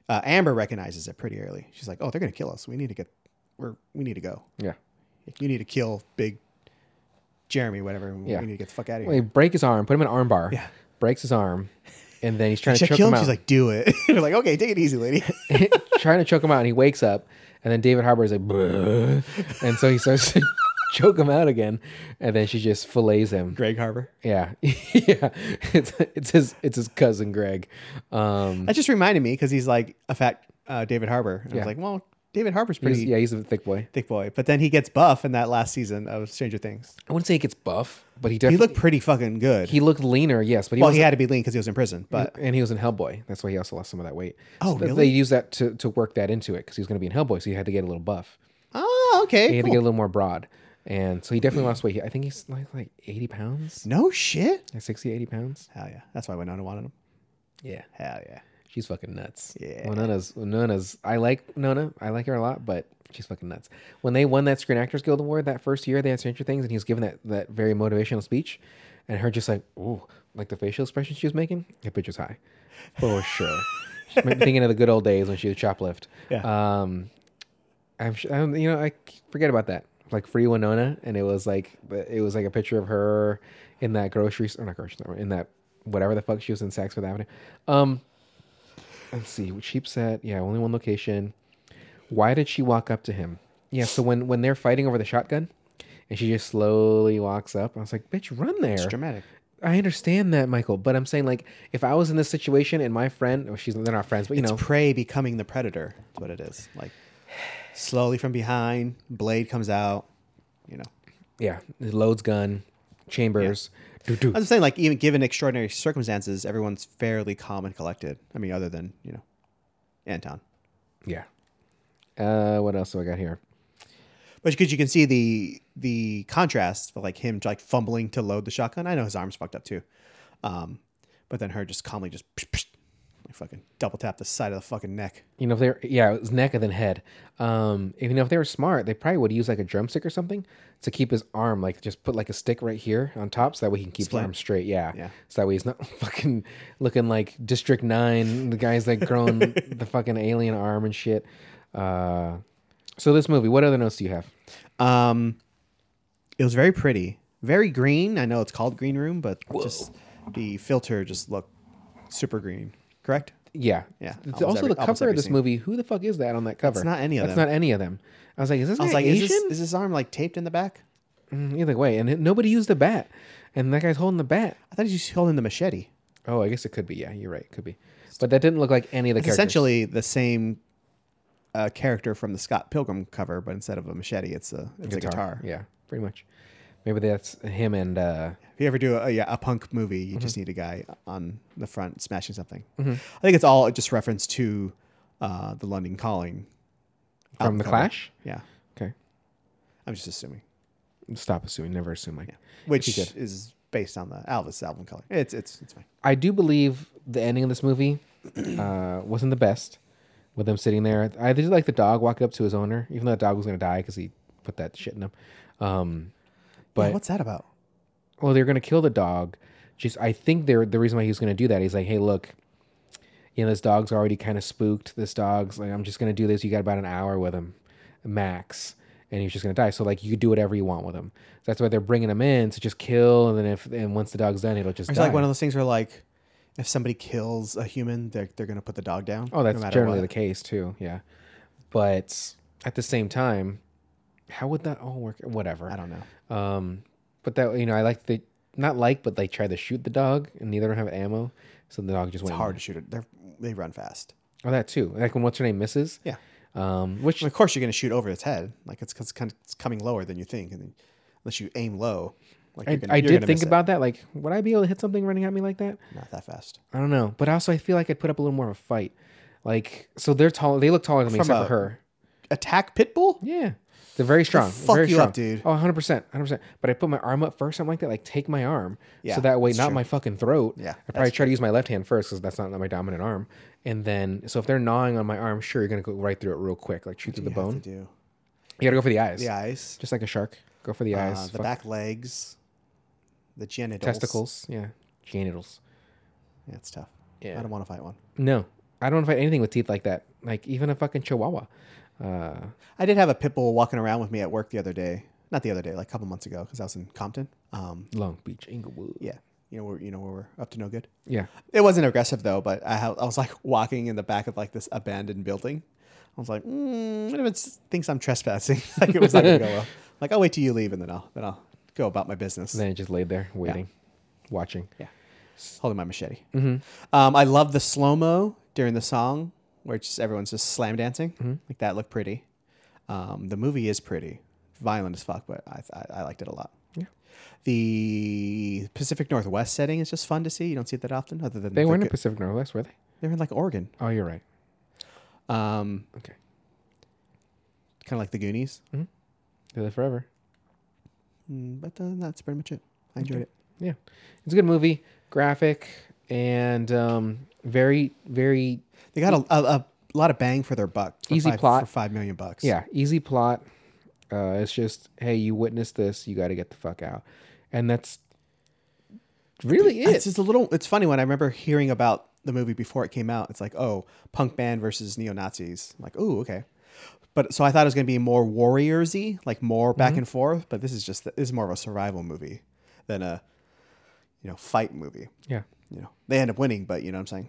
Uh, Amber recognizes it pretty early. She's like, "Oh, they're gonna kill us. We need to get. We're we need to go. Yeah. You need to kill Big Jeremy, whatever. Yeah. We need to get the fuck out of here." Well, he break his arm, put him in an arm bar. Yeah. Breaks his arm, and then [LAUGHS] he's trying to Should choke I kill him him? out. She's like, do it. [LAUGHS] We're like, okay, take it [LAUGHS] easy, lady. trying to choke him out, and he wakes up, and then David Harbour is like, "Bruh," and so he starts to [LAUGHS] choke him out again, and then she just fillets him. Greg Harbor. Yeah, [LAUGHS] yeah, it's it's his it's his cousin Greg. Um, That just reminded me because he's like a fat uh, David Harbor. And I was like, well, David Harbor's he's- pretty yeah, he's a thick boy. thick boy. But then he gets buff in that last season of Stranger Things. I wouldn't say he gets buff, but he He definitely looked pretty fucking good. he looked leaner, yes, but he well, was he had to be lean because he was in prison. But and he was in Hellboy. That's why he also lost some of that weight. Oh, th- really? They used that to to work that into it because he was going to be in Hellboy, so he had to get a little buff. He oh, okay, had to cool. get a little more broad, and so he definitely [CLEARS THROAT] lost weight. He- I think he's like like eighty pounds, no shit. like 60, 80 pounds. Hell yeah, that's why Winona wanted him. Yeah. Hell yeah. She's fucking nuts. Yeah. Nona's Nona's I like Nona. I like her a lot, but she's fucking nuts. When they won that Screen Actors Guild Award that first year, they had Stranger Things and he was given that that very motivational speech and her just like, ooh, like the facial expression she was making, that bitch was high. For sure. She made me thinking of the good old days when she was shoplift. [LAUGHS] Yeah. Um I'm sure, um, you know, I c- forget about that. Like free Winona, and it was like it was like a picture of her in that grocery store, not grocery store, in that whatever the fuck she was in Saks Fifth Avenue. Um, let's see, cheap set, yeah, only one location. Why did she walk up to him? Yeah, so when when they're fighting over the shotgun, and she just slowly walks up, I was like, bitch, run there. It's dramatic. I understand that, Michael, but I'm saying like if I was in this situation and my friend, oh, she's they're not friends, but you It's know, prey becoming the predator. That's what it is. Like slowly from behind, blade comes out. You know. yeah, loads gun, chambers. doo-doo. I was saying, like, even given extraordinary circumstances, everyone's fairly calm and collected. I mean, other than you know, Anton. Yeah. Uh, what else do I got here? But because you can see the the contrast for like him like fumbling to load the shotgun. I know his arm's fucked up too, um, but then her just calmly just psh, psh, like fucking double tap the side of the fucking neck. You know, if they're yeah, it was neck and then head. Um, if, you know, if they were smart, they probably would use like a drumstick or something to keep his arm, like just put like a stick right here on top, so that way he can keep his arm straight. Yeah. Yeah. So that way he's not [LAUGHS] fucking looking like District Nine. The guy's like [LAUGHS] growing the fucking alien arm and shit. Uh, so this movie, what other notes do you have? Um, it was very pretty, very green. I know it's called green room, but just the filter just looked super green. Correct? Yeah. Yeah, It's almost also every- the almost cover every of this scene. movie. Who the fuck is that on that cover? not any of That's them. not any of them. I was like, is this I was guy like, Asian? is this, is this arm like taped in the back? Mm, Either way, and it- nobody used the bat, and that guy's holding the bat. I thought he was holding the machete. Oh, I guess it could be. Yeah, you're right. It could be, but that didn't look like any of the It's characters. essentially the same uh, character from the Scott Pilgrim cover, but instead of a machete, it's a it's a guitar. Yeah, pretty much. Maybe that's him and uh, If you ever do a, yeah, a punk movie, you Mm-hmm. just need a guy on the front smashing something. I think it's all just reference to uh, the London Calling from the cover. Clash. Yeah, Okay, I'm just assuming, stop assuming. Never assume. Like, which you could. is based on the Elvis album color. It's it's it's fine. I do believe the ending of this movie [CLEARS THROAT] uh, wasn't the best with them sitting there. I did like the dog walk up to his owner, even though the dog was gonna die because he put that shit in him. Um, Yeah, but what's that about? well, they're gonna kill the dog. Just I think they're the reason why he was gonna do that. He's like, hey, look, you know, this dog's already kind of spooked. This dog's like, I'm just gonna do this. You got about an hour with him, max, and he's just gonna die. So like, you could do whatever you want with him. So that's why they're bringing him in to just kill, and then if and once the dog's done, it'll just It's die. like one of those things where like. If somebody kills a human, they're, they're going to put the dog down. oh, that's no matter generally what. the case too. Yeah, but at the same time, how would that all work? Whatever. I don't know. Um, but that you know, I like the not like, but they tried to shoot the dog, and neither of them have ammo, so the dog just went. It's hard to shoot it. They're, they run fast. Oh, that too. Like when what's her name misses. Yeah. Um, which Well, of course, you're going to shoot over its head. Like it's, it's kind of it's coming lower than you think, and then, unless you aim low, like I, you're gonna, I you're did gonna think miss it. about that. Like, would I be able to hit something running at me like that? not that fast. I don't know. But also, I feel like I'd put up a little more of a fight. Like, so they're tall. They look taller than me, From except a- for her. attack Pitbull? Yeah. They're very strong. fuck very you strong. up, dude. Oh, 100%. 100%. But I put my arm up first. I'm like that. Like, take my arm. Yeah, so that way, that's not true. my fucking throat. Yeah, I probably try to use my left hand first because that's not, my dominant arm. And then, so if they're gnawing on my arm, sure, you're going to go right through it real quick, like shoot through the You have to bone. do You got to go for the eyes. the eyes, Just like a shark. Go for the eyes. uh, the Fuck back legs, the genitals, testicles. Yeah. Genitals. Yeah, it's tough. Yeah. I don't want to fight one. No. I don't fight anything with teeth like that. Like, even a fucking chihuahua. Uh, I did have a pit bull walking around with me at work the other day. Not the other day, like a couple months ago, because I was in Compton. Um, Long Beach, Inglewood. yeah, you know, we're, you know, where we're up to no good. Yeah. It wasn't aggressive though, but I, ha- I was like walking in the back of like this abandoned building. I was like, mm, what if it thinks I'm trespassing? [LAUGHS] like it was not gonna go [LAUGHS] well. Like I'll wait till you leave, and then I'll then I'll go about my business, Then I just laid there waiting, watching. holding my machete. Mm-hmm. Um, I love the slow mo during the song where it's just everyone's just slam dancing. Mm-hmm. Like that looked pretty. Um, the movie is pretty, violent as fuck, but I I, I liked it a lot. Yeah. The Pacific Northwest setting is just fun to see. You don't see it that often, other than They the weren't in good- Pacific Northwest, were they? they're in like Oregon. Oh, you're right. Um, Okay. kind of like the Goonies. They live forever. Mm, but uh, that's pretty much it. I enjoyed it. Yeah. It's a good movie, graphic, and um, very, very, They got a, a, a lot of bang for their buck. for Easy five- plot. for five million bucks. yeah, easy plot. Uh, it's just, hey, you witnessed this, you got to get the fuck out. And that's really it's it. just a little. It's funny when I remember hearing about the movie before it came out. It's like, oh, punk band versus neo Nazis. Like, oh, okay. But so I thought it was going to be more warriorsy, like more back and forth. But this is just this is more of a survival movie than a, you know, fight movie. Yeah. You know, they end up winning, but you know what I'm saying.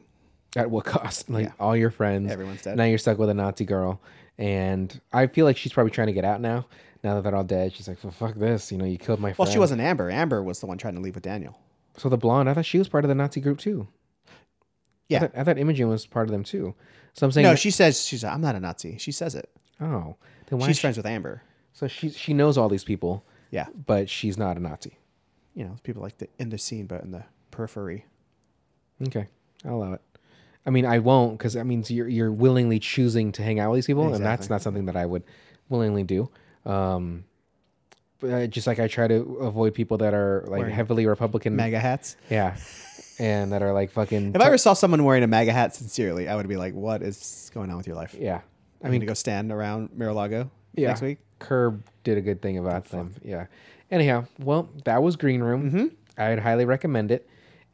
At what cost? Like all your friends. Everyone's dead. Now you're stuck with a Nazi girl. And I feel like she's probably trying to get out now. Now that they're all dead, she's like, well, fuck this. You know, you killed my friend. Well, she wasn't Amber. Amber was the one trying to leave with Daniel. So the blonde, I thought she was part of the Nazi group too. I Yeah. thought, I thought Imogen was part of them too. So I'm saying, No, that- she says she's. I'm not a Nazi. She says it. oh, then why? She's is she- friends with Amber. so she she knows all these people, Yeah, but she's not a Nazi. you know, people like the in the scene, but in the periphery. Okay, I'll allow it. I mean, I won't because that means you're you're willingly choosing to hang out with these people, and that's Exactly. not something that I would willingly do. Um, but I- just like I try to avoid people that are like heavily Republican, MAGA hats. yeah, and that are like fucking. If I ever saw someone wearing a MAGA hat, sincerely, I would be like, "What is going on with your life?" yeah, I mean, to go stand around Miralago yeah. next week. Curb did a good thing about them. Yeah. Anyhow, well, that was Green Room. Mm-hmm. I'd highly recommend it.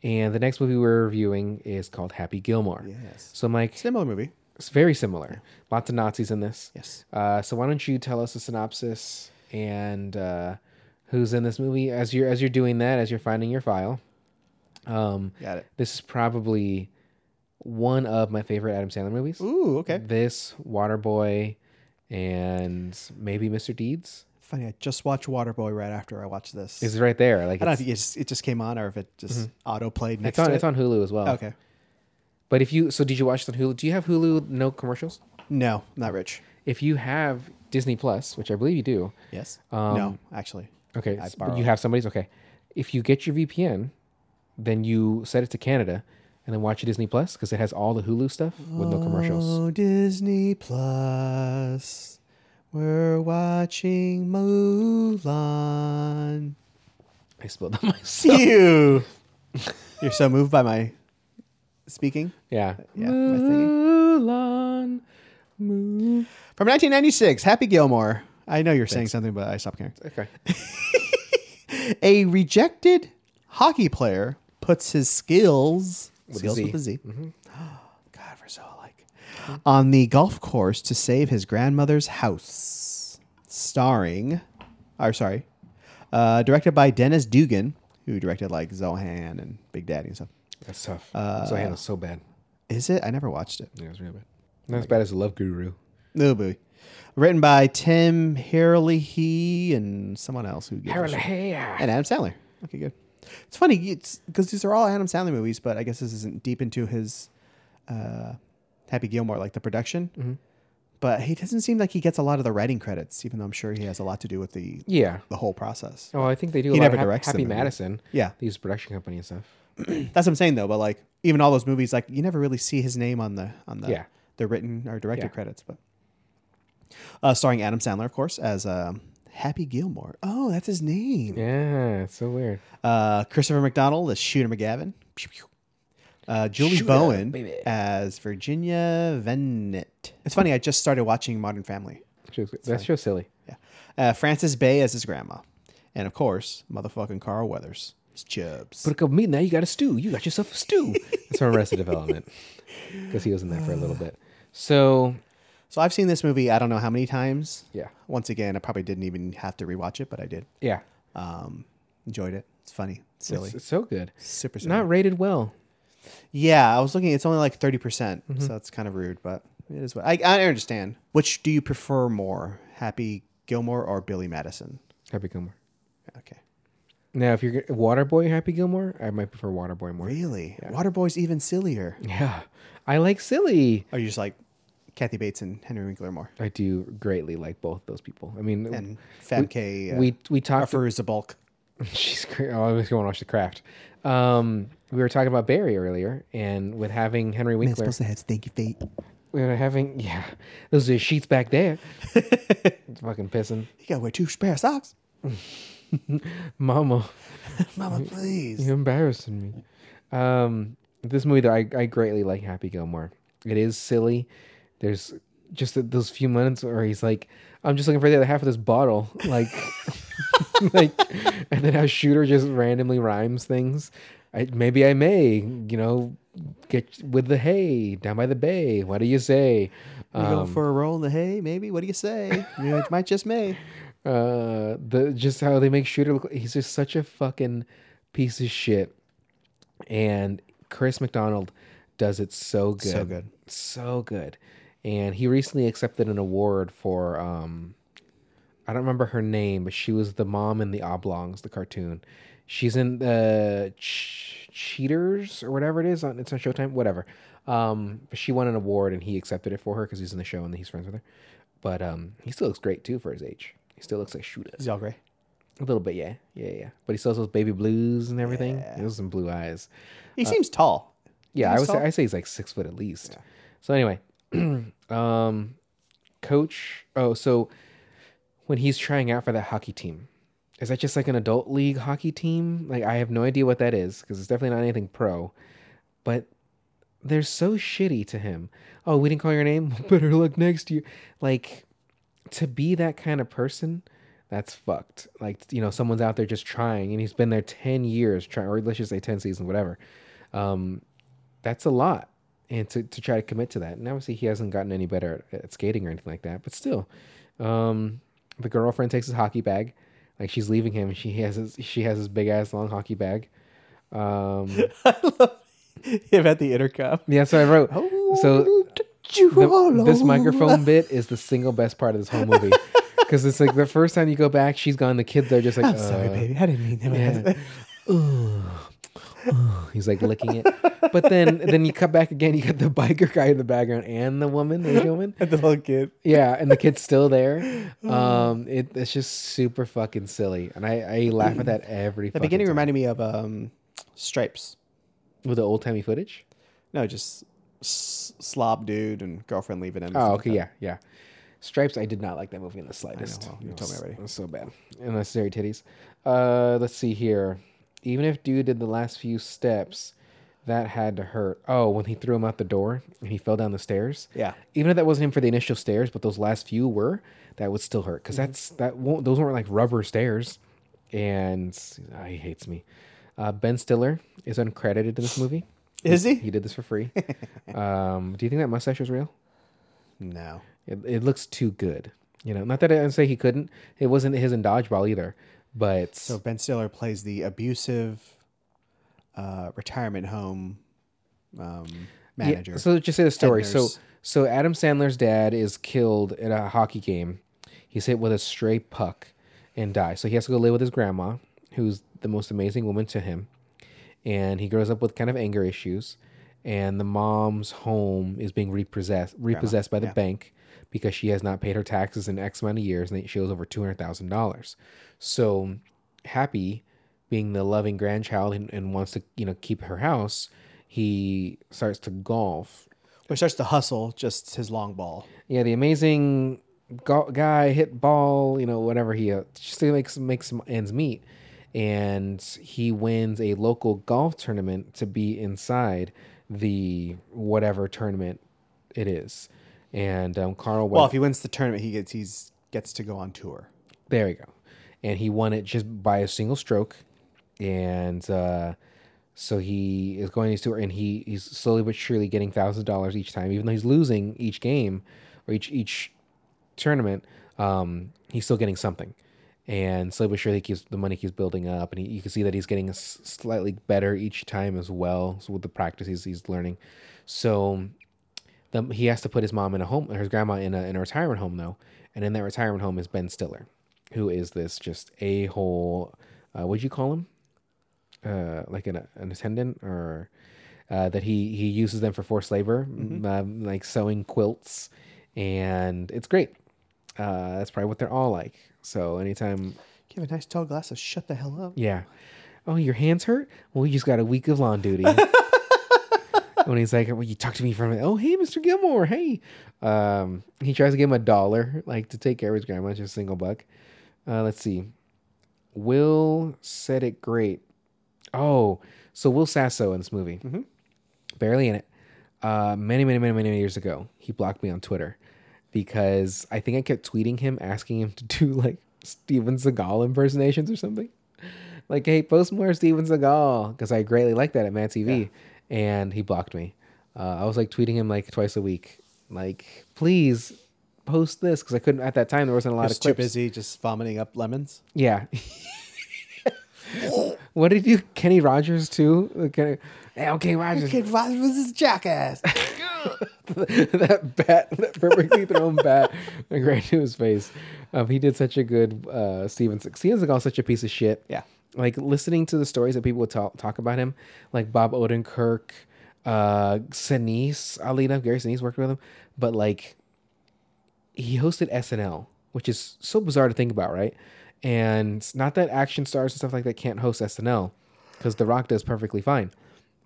And the next movie we're reviewing is called Happy Gilmore. Yes. So, Mike, Similar movie. it's very similar. Lots of Nazis in this. Yes. Uh, so, why don't you tell us a synopsis and uh, who's in this movie as you're as you're doing that as you're finding your file? Um, Got it. this is probably one of my favorite Adam Sandler movies. Ooh. Okay. This Waterboy and maybe Mr. Deeds. Funny. I just watched Waterboy right after I watched this. It's right there. Like I don't know it's, if it just, it just came on or if it just auto played next Mm-hmm. it's on to it. it's on Hulu as well. Okay. But if you so did you watch it on Hulu? Do you have Hulu no commercials? No, not rich. If you have Disney Plus, which I believe you do, Yes. Um, no, actually. okay, I s- borrow you have somebody's okay. If you get your VPN, then you set it to Canada and then watch Disney Plus because it has all the Hulu stuff with no commercials. Oh, Disney Plus. We're watching Mulan. I spilled [LAUGHS] that myself. You. You're so moved by my speaking. Yeah. Yeah, my Mulan. Mulan. From 1996, Happy Gilmore. I know you're saying something, but I stopped caring. Okay. A rejected hockey player puts his skills a skills Z. Mm-hmm. with a Z. [GASPS] God, we're so alike. On the golf course to save his grandmother's house, starring, or sorry, uh, directed by Dennis Dugan, who directed like Zohan and Big Daddy and stuff. [LAUGHS] That's tough. Uh, so I handled so bad. Is it? I never watched it. Yeah, it was really bad. Not as bad as Love Guru. No booey. Written by Tim Herlihy and someone else who gives a shit. and Adam Sandler. Okay, good. It's funny because these are all Adam Sandler movies, but I guess this isn't deep into his uh, Happy Gilmore, like the production. But he doesn't seem like he gets a lot of the writing credits, even though I'm sure he has a lot to do with the Yeah. the whole process. Oh, I think they do. A He lot never of Hap- directs the Happy movie. Madison. Yeah, They use production company and stuff. that's what I'm saying though. But like even all those movies, like you never really see his name on the on the Yeah. the written or directed Yeah. credits. But uh, starring Adam Sandler, of course, as um, Happy Gilmore. Oh, that's his name. Yeah, it's so weird. Uh, Christopher McDonald as Shooter McGavin. Pew, pew. Uh, Julie Shooter, Bowen baby. as Virginia Vennett. It's funny. I just started watching Modern Family. That's just silly. Yeah. Uh, Francis Bay as his grandma, and of course, motherfucking Carl Weathers as Chubbs. Put a cup of meat in there, you got a stew. You got yourself a [LAUGHS] stew. That's from Arrested Development. Because he was in that for a little bit. So, so I've seen this movie. I don't know how many times. yeah. Once again, I probably didn't even have to rewatch it, but I did. Yeah. Um, enjoyed it. It's funny, silly, It's, it's so good. super silly. Not rated well. Yeah, I was looking. It's only like thirty percent, so that's kind of rude, but it is what I, I understand. Which do you prefer more, Happy Gilmore or Billy Madison? Happy Gilmore. Okay, Now, if you're Waterboy Happy Gilmore, I might prefer Waterboy more. really, Waterboy's even sillier. Yeah. I like silly. Are you just like Kathy Bates and Henry Winkler more, I do greatly like both those people. I mean, and Famke uh, we we talked. Faruza Balk? [LAUGHS] She's great. Oh, I was going to watch The Craft. Um, we were talking about Barry earlier, and with having Henry Winkler, to have stinky feet. we were having yeah, [LAUGHS] those are sheets back there. it's fucking pissing, You gotta wear two pair of socks, [LAUGHS] Mama. Mama. Please. You're embarrassing me. Um, this movie though, I, I greatly like Happy Gilmore. It is silly. There's just th- those few minutes where he's like, "I'm just looking for the other half of this bottle," [LAUGHS] like, like, and then how Shooter just randomly rhymes things. I, maybe I may, you know, get with the hay down by the bay. What do you say? You go for a roll in the hay, maybe. What do you [LAUGHS] say? you know, it might just may. uh the just how they make shooter look he's just such a fucking piece of shit and chris mcdonald does it so good So good. so good and he recently accepted an award for um i don't remember her name but she was the mom in the oblongs the cartoon she's in the Ch- cheaters or whatever it is on it's on showtime whatever um but she won an award and he accepted it for her because he's in the show and he's friends with her but um he still looks great too for his age he still looks like shooter Is he all gray? a little bit yeah yeah yeah but he still has those baby blues and everything those some blue eyes He seems tall. yeah, I he's would say tall? I say he's like six foot at least. So anyway, [CLEARS THROAT] um, coach. Oh, so when he's trying out for that hockey team, is that just like an adult league hockey team? Like I have no idea what that is because it's definitely not anything pro. But they're so shitty to him. Oh, we didn't call your name. [LAUGHS] Better luck next year. Like to be that kind of person. That's fucked. Like you know, someone's out there just trying, and he's been there ten years trying, or let's just say ten seasons, whatever um, that's a lot. And to, to try to commit to that. And obviously, he hasn't gotten any better at, at skating or anything like that, but still. Um, the girlfriend takes his hockey bag. Like she's leaving him. She has his, she has his big ass long hockey bag. Um, [LAUGHS] yeah, I love [LAUGHS] him at the intercom. that's what I wrote. So Oh, the- this microphone bit is the single best part of this whole movie. Because it's like the first time you go back, she's gone. The kids are just like, I'm sorry, uh, baby. I didn't mean that. [LAUGHS] [LAUGHS] Yeah. He's like licking it. But then then you cut back again, you got the biker guy in the background and the woman, the Asian woman. At the little kid. Yeah, and the kid's still there. Um it, it's just super fucking silly. And I, I laugh at that every The fucking beginning time. reminded me of um, Stripes. with the old timey footage. No, just s- slob dude and girlfriend leaving him. and Oh, stuff okay, like yeah, yeah. Stripes, I did not like that movie in the slightest. well, you It told me was- already. It was so bad. Unnecessary titties. Uh, let's see here. Even if dude did the last few steps, that had to hurt. Oh, when he threw him out the door and he fell down the stairs. Yeah. Even if that wasn't him for the initial stairs, but those last few were, that would still hurt because that's that won't. Those weren't like rubber stairs, and ah, he hates me. Uh, ben Stiller is uncredited in this movie. that. Is he? He did this for [LAUGHS] free. um, do you think that mustache was real? No. It, it looks too good. You know, not that I say he couldn't. It wasn't his in dodgeball either. But So Ben Stiller plays the abusive uh, retirement home um, Yeah, manager. so just say the story. So nurse. so Adam Sandler's dad is killed at a hockey game. He's hit with a stray puck and dies. So he has to go live with his grandma, who's the most amazing woman to him. And he grows up with kind of anger issues. And the mom's home is being repossessed repossessed by the bank because she has not paid her taxes in X amount of years, and she owes over two hundred thousand dollars. So happy being the loving grandchild and, and wants to you know keep her house he starts to golf Which starts to hustle just his long ball. yeah the amazing go- guy hit ball, you know, whatever he uh, just to make some, make some ends meet. And he wins a local golf tournament to be inside the whatever tournament it is. And um, Carl Well, went if he wins the tournament, he gets he's gets to go on tour. There we go. And he won it just by a single stroke. And uh, so he is going to tour and he, he's slowly but surely getting thousand dollars each time, even though he's losing each game or each each tournament, um, he's still getting something. And slowly but surely, he keeps the money keeps building up, and he, you can see that he's getting s- slightly better each time as well. So with the practice he's, he's learning, so the, he has to put his mom in a home, or his grandma in a, in a retirement home though, and in that retirement home is Ben Stiller, who is this just a hole. Uh, what'd you call him? Uh, like an an attendant, or uh, that he he uses them for forced labor, um, like sewing quilts, and it's great. Uh, that's probably what they're all like. So anytime, Give a nice tall glass of shut the hell up. yeah. Oh, your hands hurt? Well, you just got a week of lawn duty. when he's like, "Well, you talk to me from oh, hey, Mr. Gilmore, hey." Um, he tries to give him a dollar, like to take care of his grandma, just a single buck. Uh, let's see. Will said it great. Oh, so Will Sasso in this movie, barely in it. Uh, many, many, many, many years ago, he blocked me on Twitter because I think I kept tweeting him asking him to do like Steven Seagal impersonations or something. Like, hey, post more Steven Seagal because I greatly like that at Mad TV, and he blocked me. Uh, I was like tweeting him like twice a week, like please post this because I couldn't at that time. There wasn't a lot Just of too clips. busy just vomiting up lemons. Yeah. what did you, Kenny Rogers too? Kenny, hey, okay, Rogers, was this jackass. [LAUGHS] that bat, that perfectly thrown bat, [LAUGHS] like right to his face. Um, he did such a good uh, Steven. Se- Steven Seagal, such a piece of shit. [LAUGHS] Yeah. Like listening to the stories that people would talk talk about him, like Bob Odenkirk, uh, Sinise. Oddly enough, Gary Sinise worked with him, but like he hosted SNL, which is so bizarre to think about, right? And not that action stars and stuff like that can't host SNL, because The Rock does perfectly fine.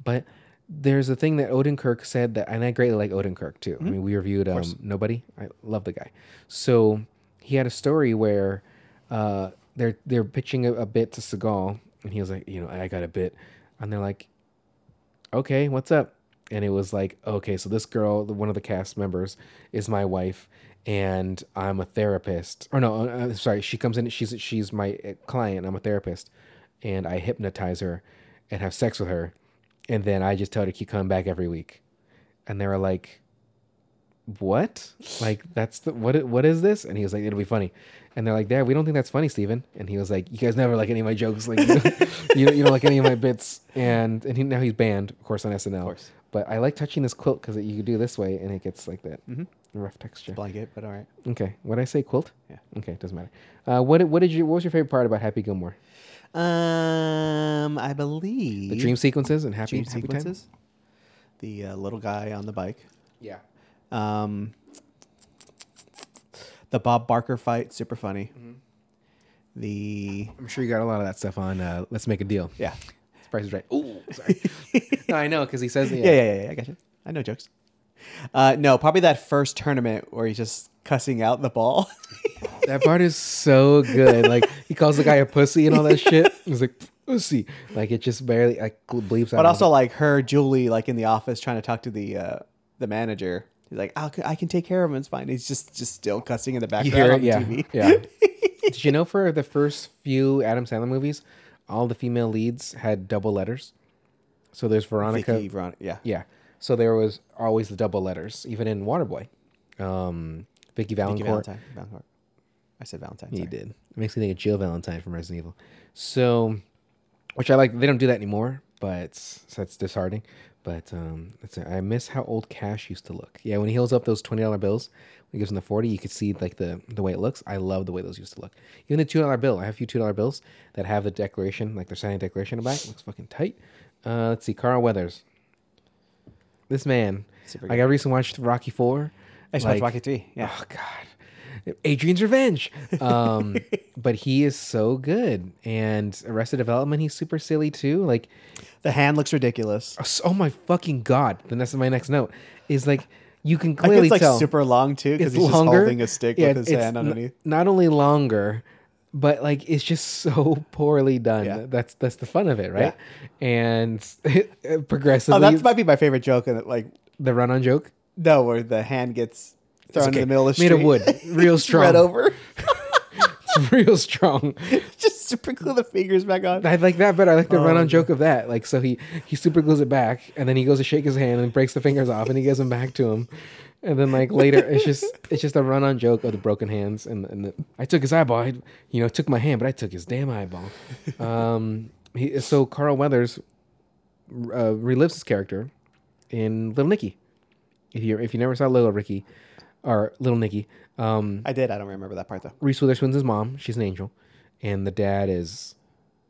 But there's a thing that Odenkirk said that, and I greatly like Odenkirk too. I mean, we reviewed um, Nobody. I love the guy. So he had a story where uh, they're they're pitching a, a bit to Seagal, and he was like, you know, I got a bit, and they're like, okay, what's up? And it was like, okay, so this girl, the- one of the cast members, is my wife, and I'm a therapist. Or no, uh, sorry, she comes in. She's she's my uh, client. I'm a therapist, and I hypnotize her, and have sex with her, and then I just tell her to keep coming back every week. And they were like, what? Like that's the what? i- What is this? And he was like, it'll be funny. And they're like, yeah, we don't think that's funny, Steven. And he was like, you guys never like any of my jokes, like you, [LAUGHS] you, don't- you don't like any of my bits. And and he, now he's banned, of course, on SNL. Of course. But I like touching this quilt because you can do this way and it gets like that Mm-hmm. rough texture. Blanket, but all right. Okay, what I say, quilt? Yeah. Okay, doesn't matter. Uh, what did- what did you? What was your favorite part about Happy Gilmore? Um, I believe The dream sequences and happy dream happy time? sequences. The uh, little guy on the bike. Yeah. Um, the Bob Barker fight, super funny. The I'm sure you got a lot of that stuff on. Uh, Let's make a deal. yeah. Price is right. Ooh, [LAUGHS] sorry. no, I know because he says yeah, yeah, yeah, yeah. I got you. I know jokes. Uh, no, probably that first tournament where he's just cussing out the ball. [LAUGHS] That part is so good. Like he calls the guy a pussy and all that shit. He's like pussy. Like it just barely like gl- bleeps out. but also like her, Julie, like in the office trying to talk to the uh, the manager. He's like, I'll, I can take care of him. It's fine. He's just just still cussing in the you background hear on it. the Yeah, TV. [LAUGHS] yeah. Did you know for the first few Adam Sandler movies, all the female leads had double letters. So there's Veronica. Vicky, Veronica, yeah. Yeah. So there was always the double letters, even in Waterboy. Um, Vicky Vicky Valancourt. Valentine. Valentine. I said Valentine. He sorry. did. It makes me think of Jill Valentine from Resident Evil. So, which I like. They don't do that anymore, but so that's disheartening. But um, that's it. I miss how old cash used to look. Yeah, when he holds up those twenty dollar bills, when he gives him the forty, you could see like the the way it looks. I love the way those used to look. Even the two dollar bill. I have a few two dollar bills that have the declaration, like they're signing declaration on the back. looks fucking tight. Uh, let's see, Carl Weathers. This man, Super like I recently watched Rocky Four. I just like- watched Rocky Three. Yeah. Oh God, Adrian's Revenge. [LAUGHS] Um, but he is so good, and Arrested Development. He's super silly too. Like, The hand looks ridiculous. oh my fucking God. Then that's my next note. Is like You can Like, clearly it's like tell super long too because he's just holding a stick Yeah, with his it's hand n- underneath. not only longer, but like it's just [LAUGHS] so poorly done. Yeah. That's that's the fun of it, right? And [LAUGHS] progressively, oh, that might be my favorite joke. And like, the run-on joke no, where the hand gets thrown okay. in the middle of the Made of street. [LAUGHS] wood. Real strong. Spread over. [LAUGHS] it's [LAUGHS] real strong. just super glue the fingers back on. I like that better. I like the run-on joke of that. Like, so he he super glues it back, and then he goes to shake his hand and breaks the fingers off, and he gives them back to him. And then like later, it's just it's just a run-on joke of the broken hands, and and the, I took his eyeball. I, you know, took my hand, but I took his damn eyeball. Um, he, so Carl Weathers uh, relives his character in Little Nicky. If you if you never saw Little Ricky or Little Nicky, um, I did. I don't remember that part though. Reese Witherspoon's his mom. She's an angel, and the dad is,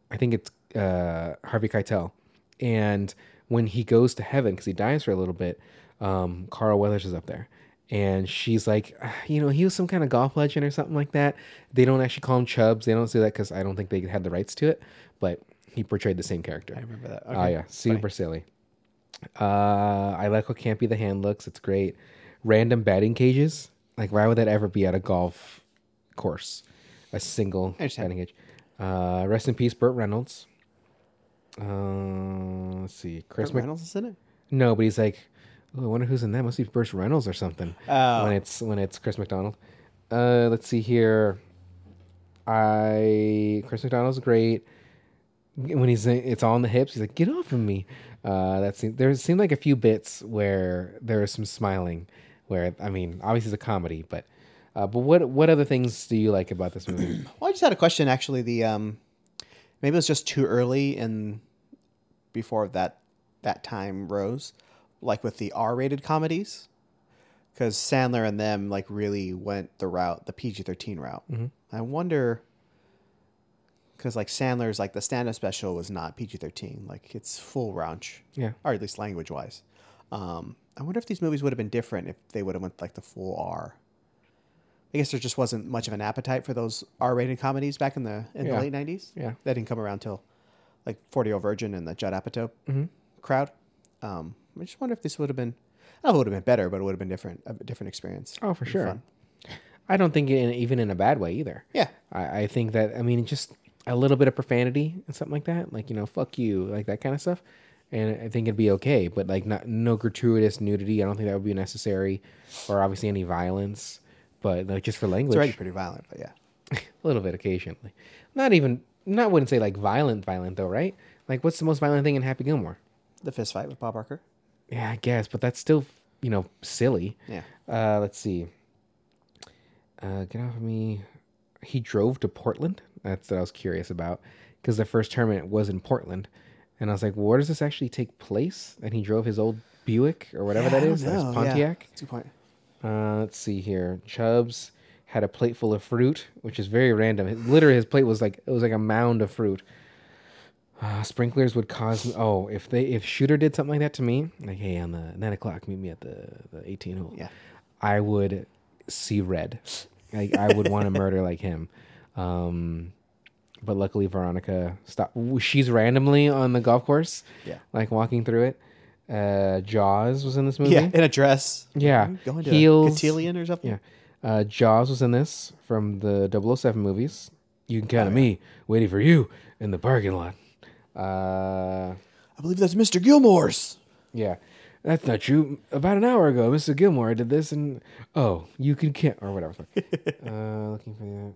I think it's uh, Harvey Keitel. And when he goes to heaven, because he dies for a little bit, um, Carl Weathers is up there, and she's like, "Ah, you know, he was some kind of golf legend or something like that. They don't actually call him Chubbs. They don't say that because I don't think they had the rights to it. But he portrayed the same character. I remember that. Oh yeah, super silly. Uh, I like how campy the hand looks. It's great. Random batting cages. Like, why would that ever be at a golf course? A single understand. batting cage. Uh, rest in peace, Burt Reynolds. Uh, let's see, Chris. Burt Mc- Reynolds is in it. no, but he's like, oh, I wonder who's in that. Must be Burt Reynolds or something. Oh. When it's when it's Chris McDonald. Uh, let's see here. I Chris McDonald's great. When he's in, it's all in the hips, he's like, "Get off of me." Uh, that seemed, there seemed like a few bits where there was some smiling. Where I mean, obviously it's a comedy, but uh, but what what other things do you like about this [CLEARS THROAT] movie? Well, I just had a question actually. The um, maybe it was just too early in before that that time rose, like with the R-rated comedies, because Sandler and them like really went the route, the PG-13 route. I wonder, because like Sandler's like the stand-up special was not PG-13, like it's full raunch, yeah, or at least language-wise. Um, I wonder if these movies would have been different if they would have went like the full R. I guess there just wasn't much of an appetite for those R-rated comedies back in the in Yeah. the late '90s. Yeah. that didn't come around till like 40 Year Old Virgin and the Judd Apatow Mm-hmm. crowd. Um, I just wonder if this would have been. I don't know if it would have been better, but it would have been different, a different experience. oh for It'd be sure. fun. I don't think in, even in a bad way either. Yeah, I, I think that I mean just a little bit of profanity and something like that, like you know, fuck you, like that kind of stuff. And I think it'd be okay, but like not no gratuitous nudity. I don't think that would be necessary, or obviously any violence, but like just for it's language, already pretty violent, but yeah. [LAUGHS] a little bit occasionally. Not even not wouldn't say like violent, violent though, right? Like what's the most violent thing in Happy Gilmore? The fist fight with Bob Barker. Yeah, I guess, but that's still you know silly. Yeah. Uh, let's see. Uh, get off of me. He drove to Portland. That's what I was curious about because the first tournament was in Portland, and I was like, "Where does this actually take place?" And he drove his old Buick or whatever Yeah, I that don't is, that is know, yeah. Pontiac. That's a good point. Uh, let's see here. Chubbs had a plate full of fruit, which is very random. His, literally, his plate was like it was like a mound of fruit. Uh, sprinklers would cause oh if they if shooter did something like that to me like hey on the nine o'clock meet me at the the eighteen hole Yeah. I would see red like I would want to murder like him. Um, but luckily Veronica stopped. She's randomly on the golf course, Yeah. like walking through it. Uh, Jaws was in this movie. Yeah, in a dress. Yeah. Going to Heels. a cotillion or something. Yeah. Uh, Jaws was in this from the 007 movies. You can Oh, count on me waiting for you in the parking lot. Uh, I believe that's Mr. Gilmore's. yeah. That's not true. About an hour ago, Mr. Gilmore did this and oh, you can count or [LAUGHS] whatever. uh, looking for the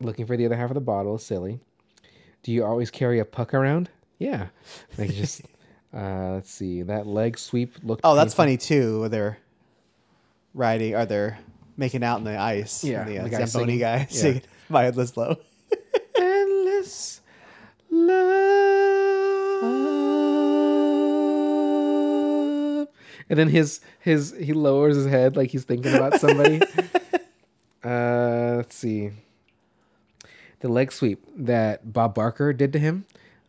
looking for the other half of the bottle is silly. Do you always carry a puck around? Yeah. Like [LAUGHS] just uh, let's see. That leg sweep looked Oh, that's painful. funny too. Where they're riding, or they're making out in the ice. Yeah, and the, uh, the guy Zamboni singing. guy Yeah. singing [LAUGHS] "My Headless Low." endless love. And then his his he lowers his head like he's thinking about somebody. uh, let's see. The leg sweep that Bob Barker did to him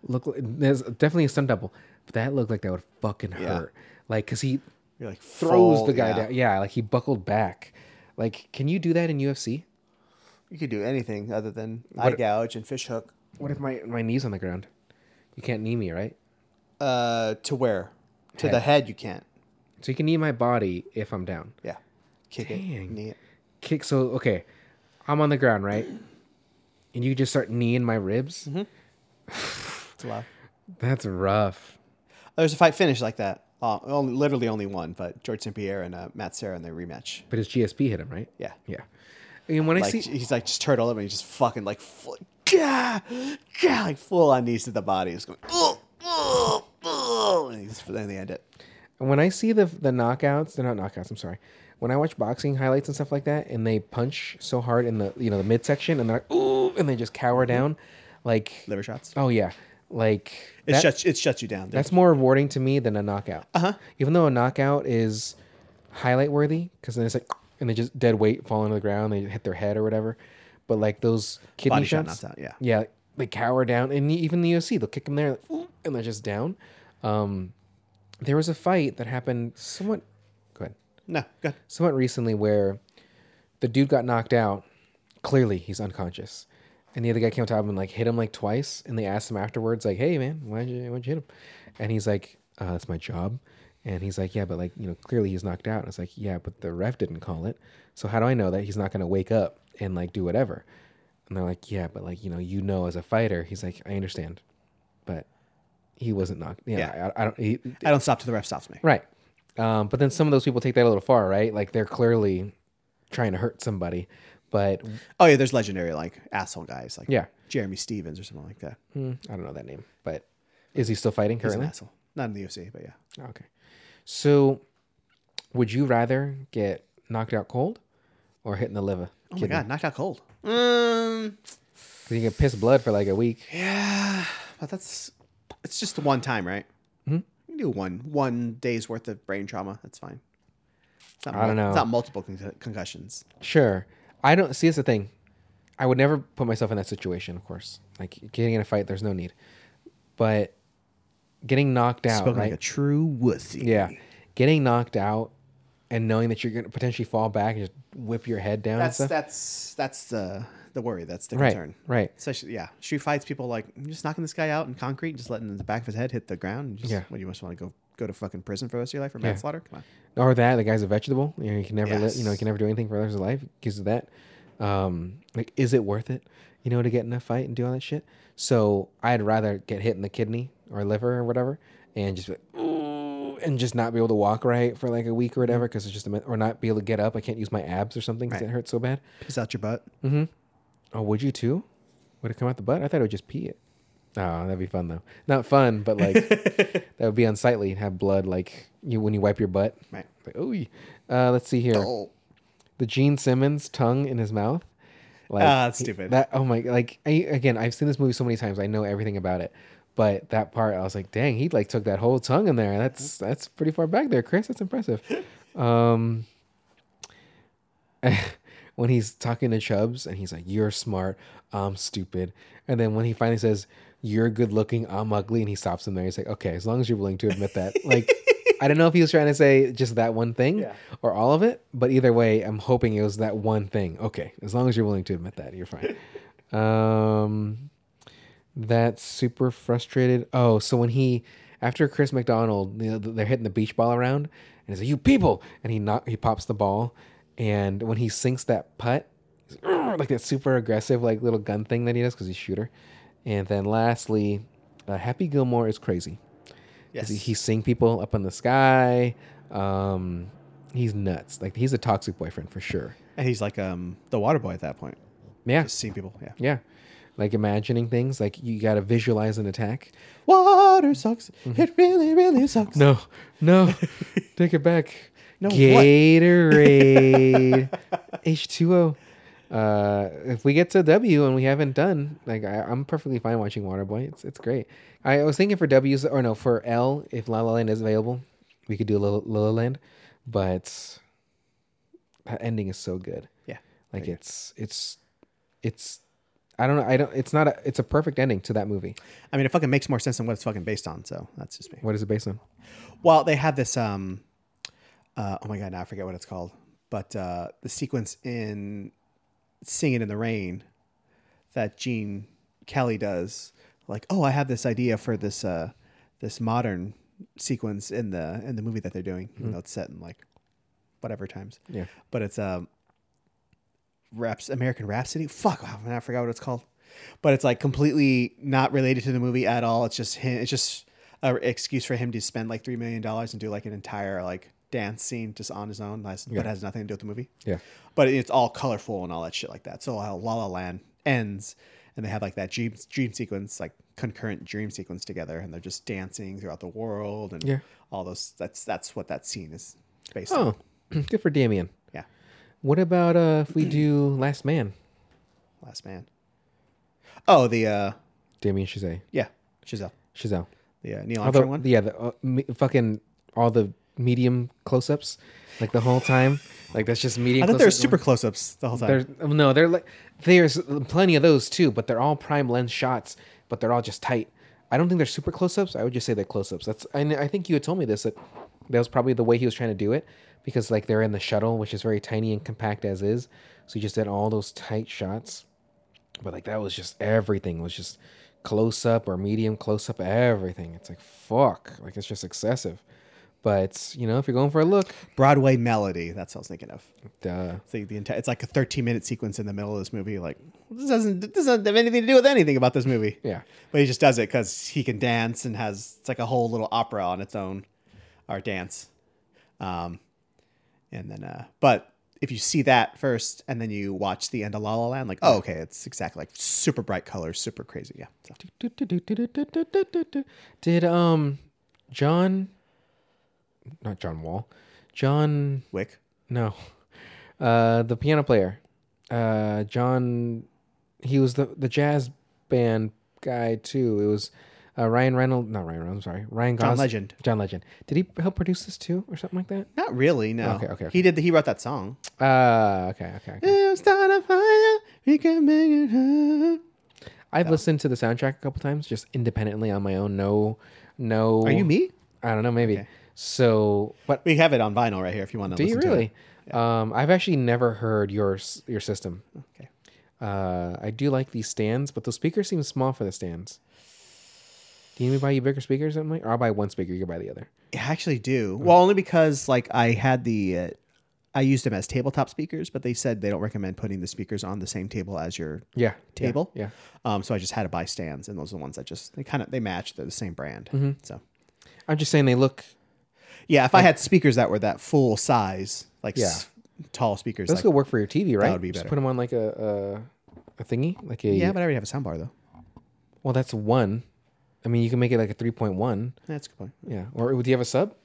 look there's definitely a stunt double, but that looked like that would fucking Yeah. hurt. Like cuz he You're like throws full- the guy yeah. down. Yeah, like he buckled back. Like can you do that in UFC? You could do anything other than eye gouge and fish hook. What if my my knees on the ground? You can't knee me, right? Uh, to where? To the head, you can't. So you can eat my body if I'm down. Yeah. Kick it. Dang. Knee it. Kick. So okay, I'm on the ground, right? And you just start kneeing my ribs. Mm-hmm. It's allowed. That's rough. There's a fight finish like that. Uh, only, literally only one, but George St. Pierre and uh, Matt Serra in their rematch. But his GSP hit him, right? Yeah. Yeah. And when I Like, see, he's like just turtle him and he's just fucking like, full, gah, gah, like full on knees to the body. He's going, oh, oh, oh, and he's, then they end it. when I see the the knockouts, they're not knockouts. I'm sorry. When I watch boxing highlights and stuff like that, and they punch so hard in the you know the midsection, and they're like, ooh, and they just cower Mm-hmm. down, like Liver shots. oh yeah, like It that- shuts it shuts you down. that's more rewarding to me than a knockout. Uh Uh-huh. huh. Even though a knockout is highlight worthy, because then it's like and they just dead weight fall into the ground, they hit their head or whatever. But like those kidney Body shot shots, knocks out, yeah. yeah, they cower down, and e, even the UFC, they'll kick them there, like, "Ooh," and they're just down. Um, there was a fight that happened somewhat, go ahead, no good. somewhat recently where the dude got knocked out. Clearly, he's unconscious, and the other guy came on top of him and like hit him like twice, and they asked him afterwards, like, "Hey, man, why'd you why'd you hit him?" And he's like, uh, "That's my job." And he's like, "Yeah, but like you know, clearly he's knocked out." And it's like, "Yeah, but the ref didn't call it, so how do I know that he's not gonna wake up and like do whatever?" And they're like, "Yeah, but like you know, you know, as a fighter, he's like, I understand, but he wasn't knocked. Yeah, Yeah. I, I don't. He, I don't stop till the ref stops me. Right. Um, but then some of those people take that a little far, right? Like they're clearly trying to hurt somebody. But Oh yeah, there's legendary like asshole guys like Yeah. Jeremy Stevens or something like that. hmm, I don't know that name. But is he still fighting He's an currently? asshole. Not in the UFC, but yeah. Oh, okay. So would you rather get knocked out cold or hit in the liver? Oh Kidney? my god, knocked out cold. Um, 'Cause You can piss blood for like a week. yeah, but Oh, that's it's just the one time, right? Hmm? Mm-hmm. You can do one one day's worth of brain trauma. That's fine. It's not I don't mul- know. It's not multiple con- concussions. Sure. I don't see it's the thing. I would never put myself in that situation, of course. Like getting in a fight, there's no need. But getting knocked out, Spoken Oh, right? like a true wussy. Yeah. Getting knocked out and knowing that you're going to potentially fall back and just whip your head down that's and stuff. that's that's the the worry. That's the right. concern. Right. Especially, yeah, she fights people like "I'm just knocking this guy out in concrete, and just letting the back of his head hit the ground. And just, Yeah. What do you just want to go go to fucking prison for the rest of your life for manslaughter? Come on. Or that the guy's a vegetable. You know, you can never li- you know, you Yes. can never do anything for the rest of your life because of that. Um, like is it worth it, you know, to get in a fight and do all that shit? So I'd rather get hit in the kidney or liver or whatever and just be like, "Ooh," and just not be able to walk right for like a week or whatever because it's just a, men- or not be able to get up. I can't use my abs or something because Mm-hmm. Right. it hurts so bad. Piss out your butt. Hmm. Oh, would you too? Would it come out the butt? I thought it would just pee it. Oh, that'd be fun though. Not fun, but [LAUGHS] like that would be unsightly and have blood like you when you wipe your butt. Right. Like, ooh. Uh, let's see here. Oh. The Gene Simmons tongue in his mouth. Like Ah, that's stupid. That oh my like I, again, I've seen this movie so many times. I know everything about it. But that part I was like, dang, he like took that whole tongue in there. That's that's pretty far back there, Chris. That's impressive. Um when he's talking to Chubbs and he's like, You're smart, I'm stupid. And then when he finally says, You're good looking, I'm ugly, and he stops him there, he's like, Okay, as long as you're willing to admit that. Like, I don't know if he was trying to say just that one thing Yeah. or all of it, but either way, I'm hoping it was that one thing. Okay, as long as you're willing to admit that, you're fine. um, that's super frustrated. Oh, so when he after Chris McDonald, you know, they're hitting the beach ball around, and he's like, "You people!" and he knock, he pops the ball, and when he sinks that putt, [CLEARS THROAT] he's like, "Urgh," like that super aggressive like little gun thing that he does because he's a shooter. And then lastly, uh, Happy Gilmore is crazy. Yes. He's- He's seeing people up in the sky. Um, he's nuts. Like he's a toxic boyfriend for sure. and he's like um the water boy at that point. Yeah, Just seeing people. Yeah. yeah. Like imagining things. Like you got to visualize an attack. Water sucks. It really, really sucks. No, [LAUGHS] no, take it back. No, what? [LAUGHS] Gatorade, H two O. Uh, if we get to W and we haven't done, like I, I'm perfectly fine watching Waterboy. It's it's great. I, was thinking for W's or no for L if La La Land is available, we could do La La Land, but that ending is so good. Yeah. Like it's it's it's I don't know I don't it's not a it's a perfect ending to that movie. I mean, it fucking makes more sense than what it's fucking based on. So that's just me. What is it based on? Well, they had this um uh oh my god, now I forget what it's called. But uh the sequence in Singing in the Rain that Gene Kelly does, like, oh I have this idea for this uh this modern sequence in the in the movie that they're doing, even though it's set in like whatever times. Yeah. But it's um Raps American Rhapsody. Fuck, wow, man, I forgot what it's called. But it's like completely not related to the movie at all. It's just him, it's just an excuse for him to spend like three million dollars and do like an entire like dance scene just on his own, that's- but has nothing to do with the movie Yeah. but it's all colorful and all that shit like that. So how La La Land ends, and they have like that dream dream sequence, like concurrent dream sequence together, and they're just dancing throughout the world and Yeah. all those. That's that's what that scene is based on. Oh, [CLEARS THROAT] good for Damien. Yeah, What about uh, if we do Last Man? Last Man. Oh, the uh, Damien Chazelle. yeah, Giselle, Chazelle. the uh, Neil Armstrong Although, one. yeah, the uh, me, fucking all the medium close-ups, like the whole time, like that's just medium. I thought they were close-up. super close-ups the whole time. There's no, they're like there's plenty of those too, but they're all prime lens shots, but they're all just tight. I don't think they're super close-ups. I would just say they're close-ups. That's and I think you had told me this that that was probably the way he was trying to do it because like they're in the shuttle, which is very tiny and compact as is. So he just did all those tight shots, but like that was just everything was just close up or medium close up everything. It's like fuck, like it's just excessive. But you know, if you're going for a look, Broadway Melody. That's what I was thinking of. duh. It's like the entire. It's like a 13-minute sequence in the middle of this movie. Like this doesn't this doesn't have anything to do with anything about this movie. Yeah. But he just does it because he can dance and has it's like a whole little opera on its own, or dance. Um, and then, uh, but if you see that first and then you watch the end of La La Land, like, oh, okay, it's exactly like super bright colors, super crazy. Yeah. So, Did um John not John Wall. John Wick. no. Uh the piano player. Uh John he was the the jazz band guy too. It was uh, Ryan Reynolds, not Ryan Reynolds, sorry. Ryan Gosling. Legend. John Legend. Did he help produce this too or something like that? Not really. No. Okay, okay, He did. The, he wrote that song. Uh okay, okay. okay. Yeah, start a fire, we can make it up. I've listened to the soundtrack a couple times just independently on my own. No no Are you me? I don't know, maybe. So, but We have it on vinyl right here. If you want to. Do you listen to it. really? Um, I've actually never heard your s- your system. Okay. Uh, I do like these stands, but the speaker seems small for the stands. Do you need me to buy you bigger speakers? Or something? Or I'll buy one speaker. You can buy the other. I actually do. Well, only because like I had the, uh, I used them as tabletop speakers, but they said they don't recommend putting the speakers on the same table as your Yeah. yeah, table. Yeah. Um, so I just had to buy stands, and those are the ones that just they kind of they match. They're the same brand. Mm-hmm. So I'm just saying they look. yeah, if I had speakers that were that full size, like Yeah. s- tall speakers, Those like, could work for your TV, right? would be Just better. put them on like a a, a thingy, like a. yeah, but I already have a soundbar though. Well, that's one. I mean, you can make it like a three point one. That's a good point. Yeah. Or do you have a sub?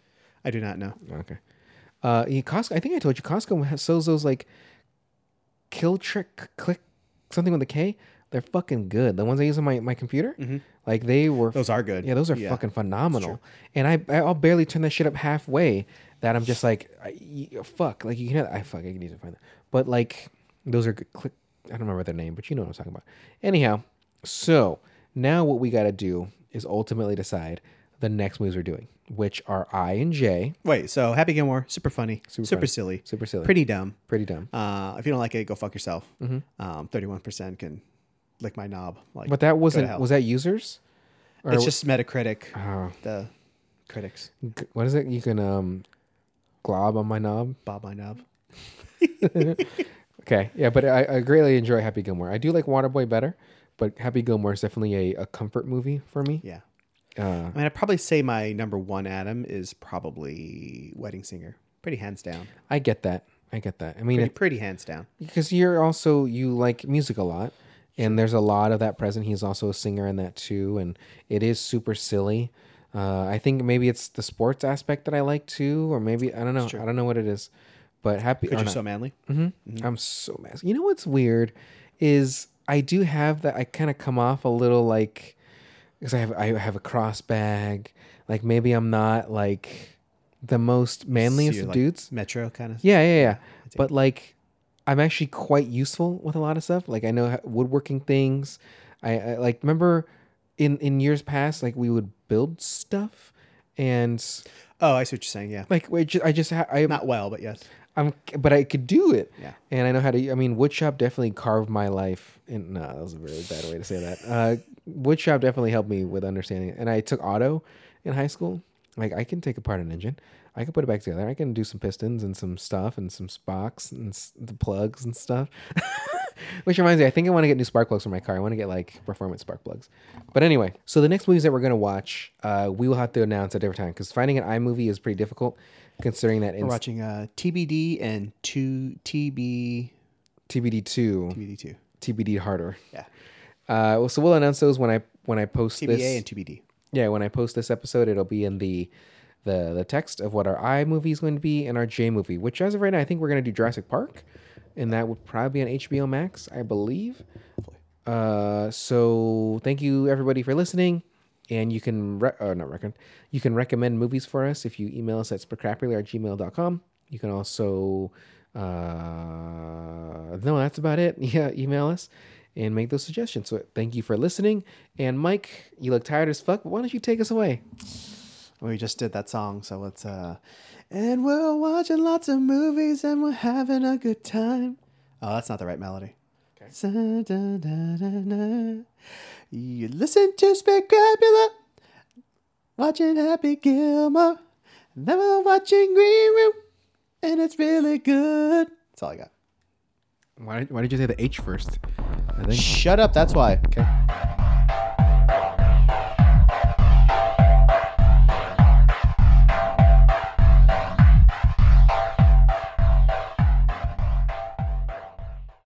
I do not know. Okay. Uh, you- Costco. I think I told you Costco has sells those like kill trick click something with a K. They're fucking good. The ones I use on my, my computer, like they were. Those are good. yeah, those are fucking phenomenal. And I I'll barely turn that shit up halfway. That I'm just like, I, y- fuck. Like you can. I fuck. I need to find that. But like those are good. Click. I don't remember their name, but you know what I'm talking about. Anyhow, so now what we got to do is ultimately decide the next moves we're doing, which are I and J. Wait, so Happy Gilmore, super funny, super, funny. silly, Super silly. pretty dumb. Pretty dumb. Uh, if you don't like it, go fuck yourself. Mm-hmm. Um, thirty-one percent can lick my knob. Like, But that wasn't hell. was that users? Or it's just Metacritic. oh, The critics g- what is it? You can um glob on my knob. bob my knob. Okay, yeah, but I, I greatly enjoy Happy Gilmore. I do like Waterboy better, but Happy Gilmore is definitely a, a comfort movie for me. Yeah, Uh, I mean, I'd probably say my number one Adam is probably Wedding Singer. Pretty hands down. I get that. I get that. I Pretty, mean, pretty hands down. because you're also you like music a lot, and there's a lot of that present. He's also a singer in that too, and it is super silly. Uh, I think maybe it's the sports aspect that I like too, or maybe I don't know. I don't know what it is, but happy. or Because not. you're so manly. Mm-hmm. Mm-hmm. I'm so mad. You know what's weird is I do have that. I kind of come off a little like because I have I have a cross bag. Like maybe I'm not like the most manliest you're of like dudes. Metro kind of. Yeah, yeah, yeah. But like, I'm actually quite useful with a lot of stuff. Like I know how- woodworking things. I, I like remember in in years past, like we would build stuff, and Oh, I see what you're saying. Yeah. like we ju- I just ha- I Not well, but yes. I'm, but I could do it. Yeah. And I know how to. I mean, woodshop definitely carved my life. And no, that was a really bad way to say that. Uh, woodshop definitely helped me with understanding. it. And I took auto in high school, Like I can take apart an engine, I can put it back together. I can do some pistons and some stuff and some spocks and s- the plugs and stuff. [LAUGHS] Which reminds me, I think I want to get new spark plugs for my car. I want to get like performance spark plugs. But anyway, so the next movies that we're gonna watch, uh, we will have to announce at different time because finding an iMovie is pretty difficult, considering that in We're watching uh, TBD and two TB TBD two, TBD two. TBD harder. Yeah, Uh, well, so we'll announce those when I when I post TBA this. and TBD. yeah when i post this episode it'll be in the the the text of what our i movie is going to be and our j movie which as of right now i think we're going to do jurassic park and that would probably be on hbo max i believe uh so thank you everybody for listening and you can re- uh, not recommend you can recommend movies for us if you email us at spectacular at gmail.com you can also uh no that's about it [LAUGHS] yeah email us and make those suggestions so thank you for listening and mike you look tired as fuck why don't you take us away We just did that song, so let's. Uh, and we're watching lots of movies and we're having a good time. Oh, that's not the right melody. Okay. Sa- da- da- da- da. You listen to Spectacular, watching Happy Gilmore, then we're watching Green Room, and it's really good. That's all I got. why, why did you say the h first i think Shut up. That's why. okay